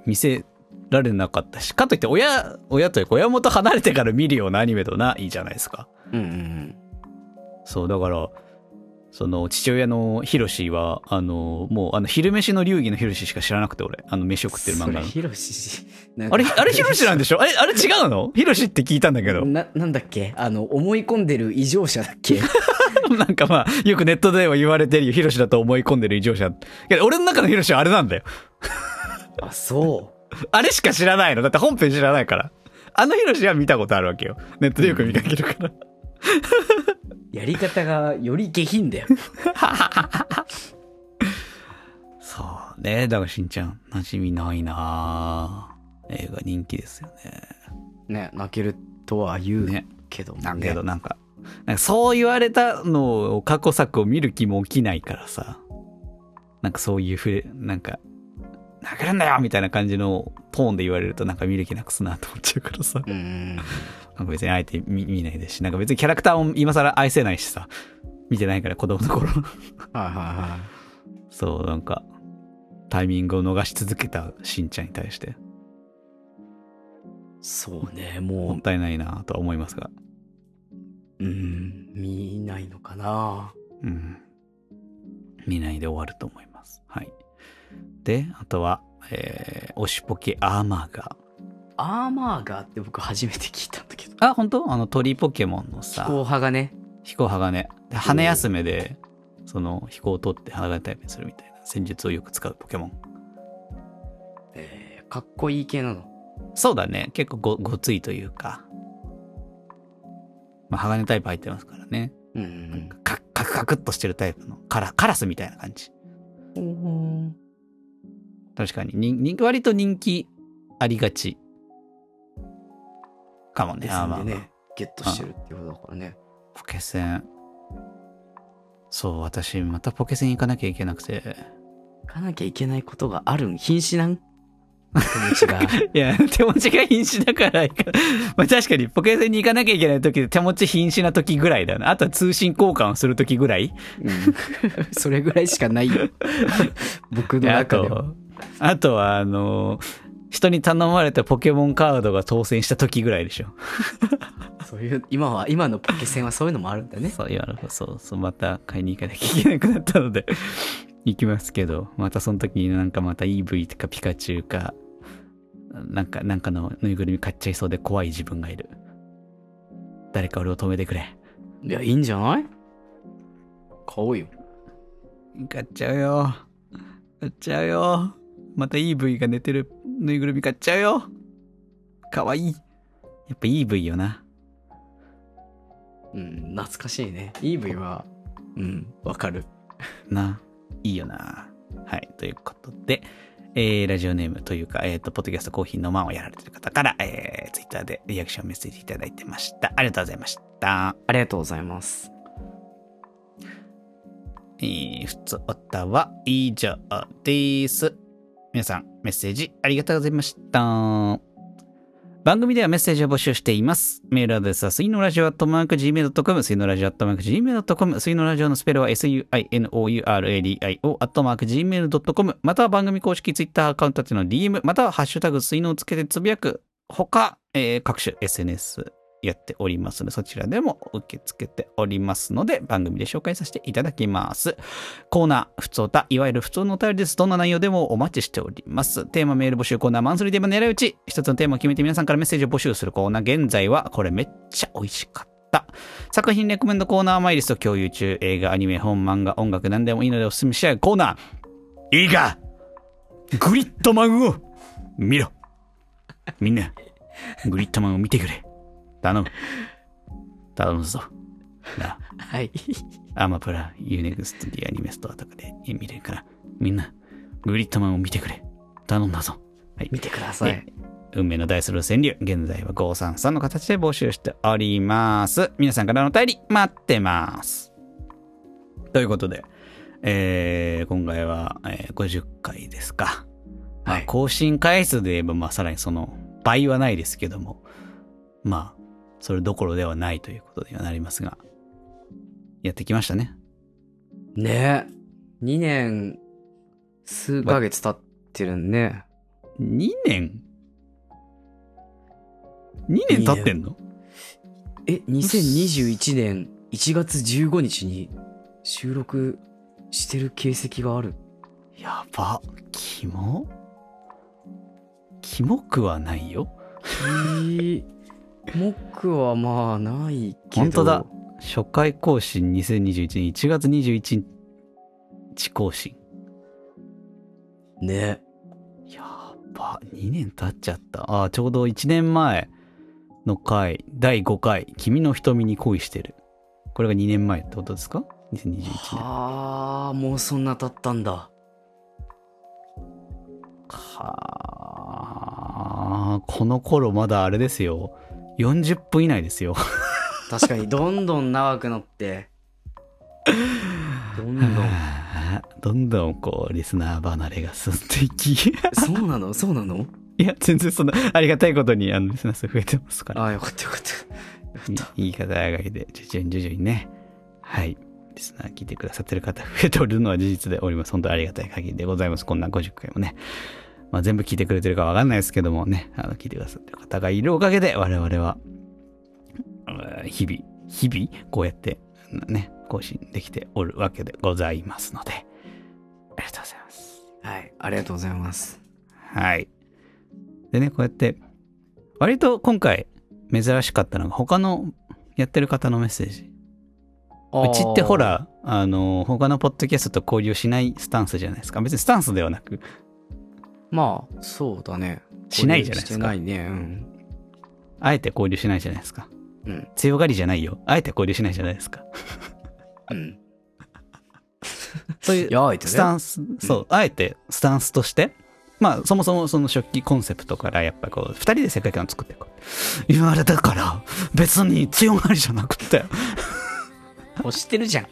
Speaker 1: 見せられなかったし、かといって親、親というか親元離れてから見るようなアニメとないじゃないですか。
Speaker 2: うんうんうん。
Speaker 1: そう、だから、その父親のヒロシは、あの、もう、あの、昼飯の流儀のヒロシしか知らなくて、俺、あの、飯を食ってる漫
Speaker 2: そ
Speaker 1: 画
Speaker 2: れ
Speaker 1: の。
Speaker 2: ヒロシ、なんか
Speaker 1: あれ、あれヒロシなんでしょあれ、あれ違うのヒロシって聞いたんだけど。
Speaker 2: な、なんだっけあの、思い込んでる異常者だっ け
Speaker 1: なんかまあ、よくネットでは言われてるよ。ヒロシだと思い込んでる異常者。けど、俺の中のヒロシはあれなんだよ。
Speaker 2: あ、そ
Speaker 1: あれしか知らないの。だって本編知らないから。あのヒロシは見たことあるわけよ。ネットでよく見かけるから。
Speaker 2: う。やり方がより下品だよ。
Speaker 1: そうね。だからしんちゃん、馴染みないなぁ映画人気ですよ
Speaker 2: ね、泣けるとは言う
Speaker 1: ね
Speaker 2: けども
Speaker 1: ね。
Speaker 2: ね。
Speaker 1: だけどなんか、なんかそう言われたのを過去作を見る気も起きないからさ。なんかそういうふれ、なんか、殴るんだよみたいな感じのトーンで言われるとなんか見る気なくすなと思っちゃうからさ。
Speaker 2: うん。
Speaker 1: なんか別にあえて見見ないですし、なんか別にキャラクターも今更愛せないしさ、見てないから子供の頃。
Speaker 2: はいはいはい。
Speaker 1: そう、なんか、タイミングを逃し続けたしんちゃんに対して、
Speaker 2: そうね、
Speaker 1: も
Speaker 2: も
Speaker 1: ったいないなとは思いますが。
Speaker 2: う、うん、見ないのかな。
Speaker 1: うん。見ないで終わると思います。はい。で、あとは、えー、推しポケアーマーが。
Speaker 2: アーマーガーって僕初めて聞いたんだけど。
Speaker 1: あ、本当あの鳥ポケモンの
Speaker 2: 気
Speaker 1: さ
Speaker 2: 候、派がね。
Speaker 1: 飛行鋼。で羽休めで、その飛行を取って羽タイプにするみたいな戦術をよく使うポケモン。
Speaker 2: えーかっこいい系なの。
Speaker 1: そうだね。結構ご、ごついというか。まあ、鋼タイプ入ってますからね。
Speaker 2: うん
Speaker 1: カカクカクっとしてるタイプのカラカラスみたいな感じ。
Speaker 2: うんうん。
Speaker 1: 確かににに割と人気ありがち。かもね。
Speaker 2: で
Speaker 1: あーまあ
Speaker 2: で
Speaker 1: まあ
Speaker 2: ね、ゲットしてるっていうことだからね。
Speaker 1: ポケセン。そう、私、またポケセン行かなきゃいけなく て。
Speaker 2: 行かなきゃいけないことがあるん瀕死 なん友達が。
Speaker 1: いや、手持ちが瀕死だから 行か、まあ確かに、ポケセンに行かなきゃいけない時で手持ち瀕死な時ぐらいだよね。あとは通信交換をする時ぐらい
Speaker 2: うんそれぐらいしかない よ。僕の
Speaker 1: であ
Speaker 2: 中では。
Speaker 1: と、あとは、あの、人に頼まれたポケモンカードが当選した時ぐらいでしょ。
Speaker 2: そういう、今は、今のポケセンはそういうのもあるんだね。
Speaker 1: そう、今の、そう、そう、また買いに行かなきゃいけなくなったので、行きますけど、またその時になんかまた EV とかピカチュウか、なんか、なんかのぬいぐるみ買っちゃいそうで怖い自分がいる。誰か俺を止めてくれ。
Speaker 2: いや、いいんじゃない買おうよ。
Speaker 1: 買っちゃうよ。買っちゃうよ。また EV が寝てるぬいぐるみ買っちゃうよ。かわいい。やっぱ EV よな。
Speaker 2: うん、懐かしいね。EV は、うん、わかる。
Speaker 1: な。いいよな。はい。ということで、えー、ラジオネームというか、えっ、と、ポッドキャストコーヒーのマンをやられてる方から、えー、ツイッターでリアクションメッセージいただいてました。ありがとうございました。
Speaker 2: ありがとうございます。
Speaker 1: えー、普通おたは以上です。皆さん、メッセージありがとうございました。番組ではメッセージを募集しています。メールアドレスは、水のラジオアットマーク Gmail.com、水のラジオアットマーク Gmail.com、水のラジオのスペルは suinouradio アットマーク Gmail.com、または番組公式ツイッターアカウントでの DM、またはハッシュタグ水のをつけてつぶやく、ほか、えー各種 SNS やっておりますので、そちらでも受け付けておりますので、番組で紹介させていただきます。コーナー、普通おた、いわゆる普通のお便りです。どんな内容でもお待ちしております。テーマ、メール募集コーナー、マンスリーテーマ狙い撃ち。一つのテーマを決めて皆さんからメッセージを募集するコーナー。現在は、これめっちゃ美味しかった。作品レコメンドコーナー、マイリスト共有中、映画、アニメ、本、漫画、音楽、何でもいいのでおすすめし合うコーナー。いいかグリッドマンを見ろ。みんな、グリッドマンを見てくれ。頼む。頼むぞ。なあ。
Speaker 2: はい。
Speaker 1: アマプラ、ユーネクスト、ディアニメストアとかで見れるから、みんな、グリットマンを見てくれ。頼んだぞ。はい、
Speaker 2: 見てください
Speaker 1: え。運命のダイスロー川柳、現在は533の形で募集しております。皆さんからのお便り、待ってます。ということで、えー、今回は、えー50回ですか。まあ
Speaker 2: はい
Speaker 1: 更新回数で言えば、まあ、さらにその、倍はないですけども、まあ、それどころではないということにはなりますが、やってきましたね。
Speaker 2: ね2年、数ヶ月経ってるね。
Speaker 1: 2年 ?2 年経ってんの
Speaker 2: え、2021年1月15日に収録してる形跡があ る。
Speaker 1: やば。キモキモくはないよ。
Speaker 2: モックはまあないけど。
Speaker 1: 本当だ。初回更新2021年1月21日更新。
Speaker 2: ね。
Speaker 1: やば。2年経っちゃった。ああ、ちょうど1年前の回、第5回、君の瞳に恋してる。これが2年前ってことですか ?2021 年。
Speaker 2: はあ、もうそんな経ったんだ。
Speaker 1: はあ、この頃まだあれですよ。40分以内ですよ。
Speaker 2: 確かに、どんどん長く なって。どんどん。
Speaker 1: どんどんこう、リスナー離れが進んでいき。い
Speaker 2: そうなのそうなの
Speaker 1: や、全然そんな、ありがたいことに、あの、リスナー数増えてますから。
Speaker 2: ああ、よかったよかった。
Speaker 1: いいい方あがきで、徐々に徐々にね。はい。リスナー聞いてくださってる方増えておるのは事実でおります。本当にありがたい限りでございます。こんな50回もね。まあ全部聞いてくれてるかわかんないですけどもね。あの、聞いてくださってる方がいるおかげで、我々は、うん日々、日々、こうやって、ね、更新できておるわけでございますので、ありがとうございます。
Speaker 2: はい、ありがとうございます。
Speaker 1: はい。でね、こうやって、割と今回珍しかったのが、他のやってる方のメッセージ。うちってほら、あの、他のポッドキャストと交流しないスタンスじゃないですか。別にスタンスではなく、
Speaker 2: まあ、そうだね。
Speaker 1: しないじゃないで
Speaker 2: し
Speaker 1: す
Speaker 2: てな
Speaker 1: か。
Speaker 2: いね。うん。
Speaker 1: あえて交流しないじゃないですか。
Speaker 2: うん。
Speaker 1: 強がりじゃないよ。あえて交流しないじゃないですか。
Speaker 2: うん。
Speaker 1: そういう
Speaker 2: やあいてね。
Speaker 1: スタンス、そう、あえてスタンスとして、まあ、そもそもその食器コンセプトから、やっぱこう、二人で世界観を作っていこう。言われたから、別に強がりじゃなくて、
Speaker 2: 押してるじゃん。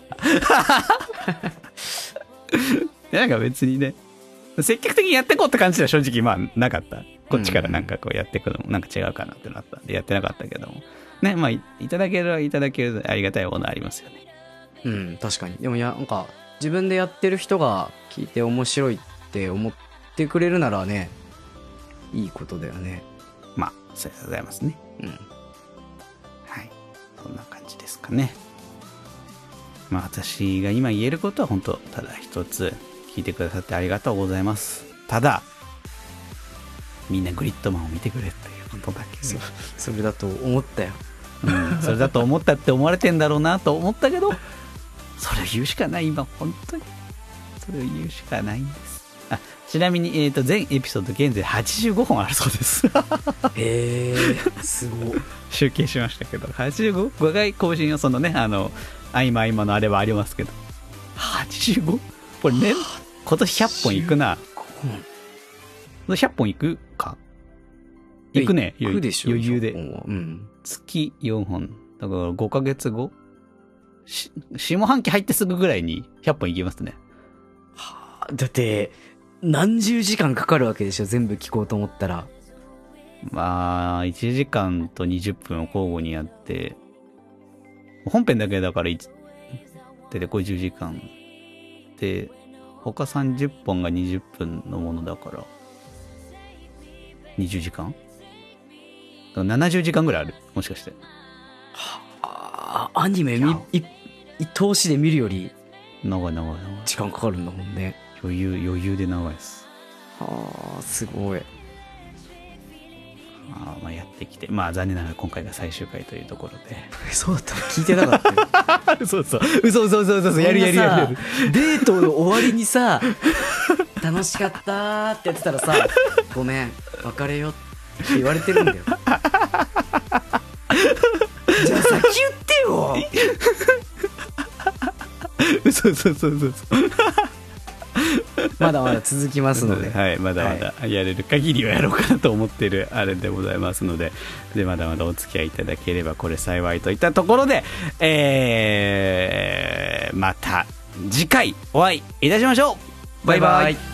Speaker 1: なんか別にね、積極的にやっていこうって感じでは正直まあなかった。こっちからなんかこうやっていくのもなんか違うかなってなったんでやってなかったけども。ね、まあいいただけるはいただけるでありがたいものありますよね。
Speaker 2: うん、確かに。でも、や、なんか、自分でやってる人が聞いて面白いって思ってくれるならね、いいことだよね。
Speaker 1: まあ、それでございますね。
Speaker 2: うん。
Speaker 1: はい。そんな感じですかね。まあ私が今言えることは本当ただ一つ、聞いてくださってありがとうございます。ただ、みんなグリッドマンを見てくれっていうことだけですよ。
Speaker 2: それだと思ったよ。
Speaker 1: うんそれだと思ったって思われてんだろうなと思ったけどそれを言うしかない今本当にそれを言うしかないんですあちなみに、えー、と全エピソード現在85本あるそうです
Speaker 2: へえ、 すごい。
Speaker 1: 集計しましたけど85回更新をそのねあの合間合間のあれはありますけど 85? これね今年100本いくな今年100本いくかいくね
Speaker 2: 行くでしょ。
Speaker 1: 余裕で
Speaker 2: 100本はうん。
Speaker 1: 月4本だから5ヶ月後し下半期入ってすぐぐらいに100本いきますね。
Speaker 2: だって、何十時間かかるわけでしょ、全部聞こうと思ったら。
Speaker 1: まあ、1時間と20分を交互にやって、本編だけだからい大体50時間で、他30本が20分のものだから、20時間だから ?70 時間ぐらいあるもしかして。
Speaker 2: ああ、アニメみ、い、一通しで見るより
Speaker 1: 長い長い長い。
Speaker 2: 時間かかるんだもんね。
Speaker 1: 余裕、余裕で長いです。
Speaker 2: はあ、すごい。
Speaker 1: あーまあ、やってきて。まあ、残念ながら今回が最終回というところで。
Speaker 2: そうだったの聞いてなかったよ。
Speaker 1: そうそう。 嘘嘘嘘嘘嘘。やるやるやる。
Speaker 2: る。デートの終わりにさ、楽しかったーってやってたらさ、ごめん、別れよって言われて るんだよ。じゃあ先言ってよ
Speaker 1: 嘘嘘嘘嘘嘘。
Speaker 2: まだまだ続きますので。
Speaker 1: はい、まだまだやれる限りはやろうかなと思ってるあれでございますのででまだまだお付き合いいただければこれ幸いといったところで、えーまた次回お会いいたしましょうバイバイ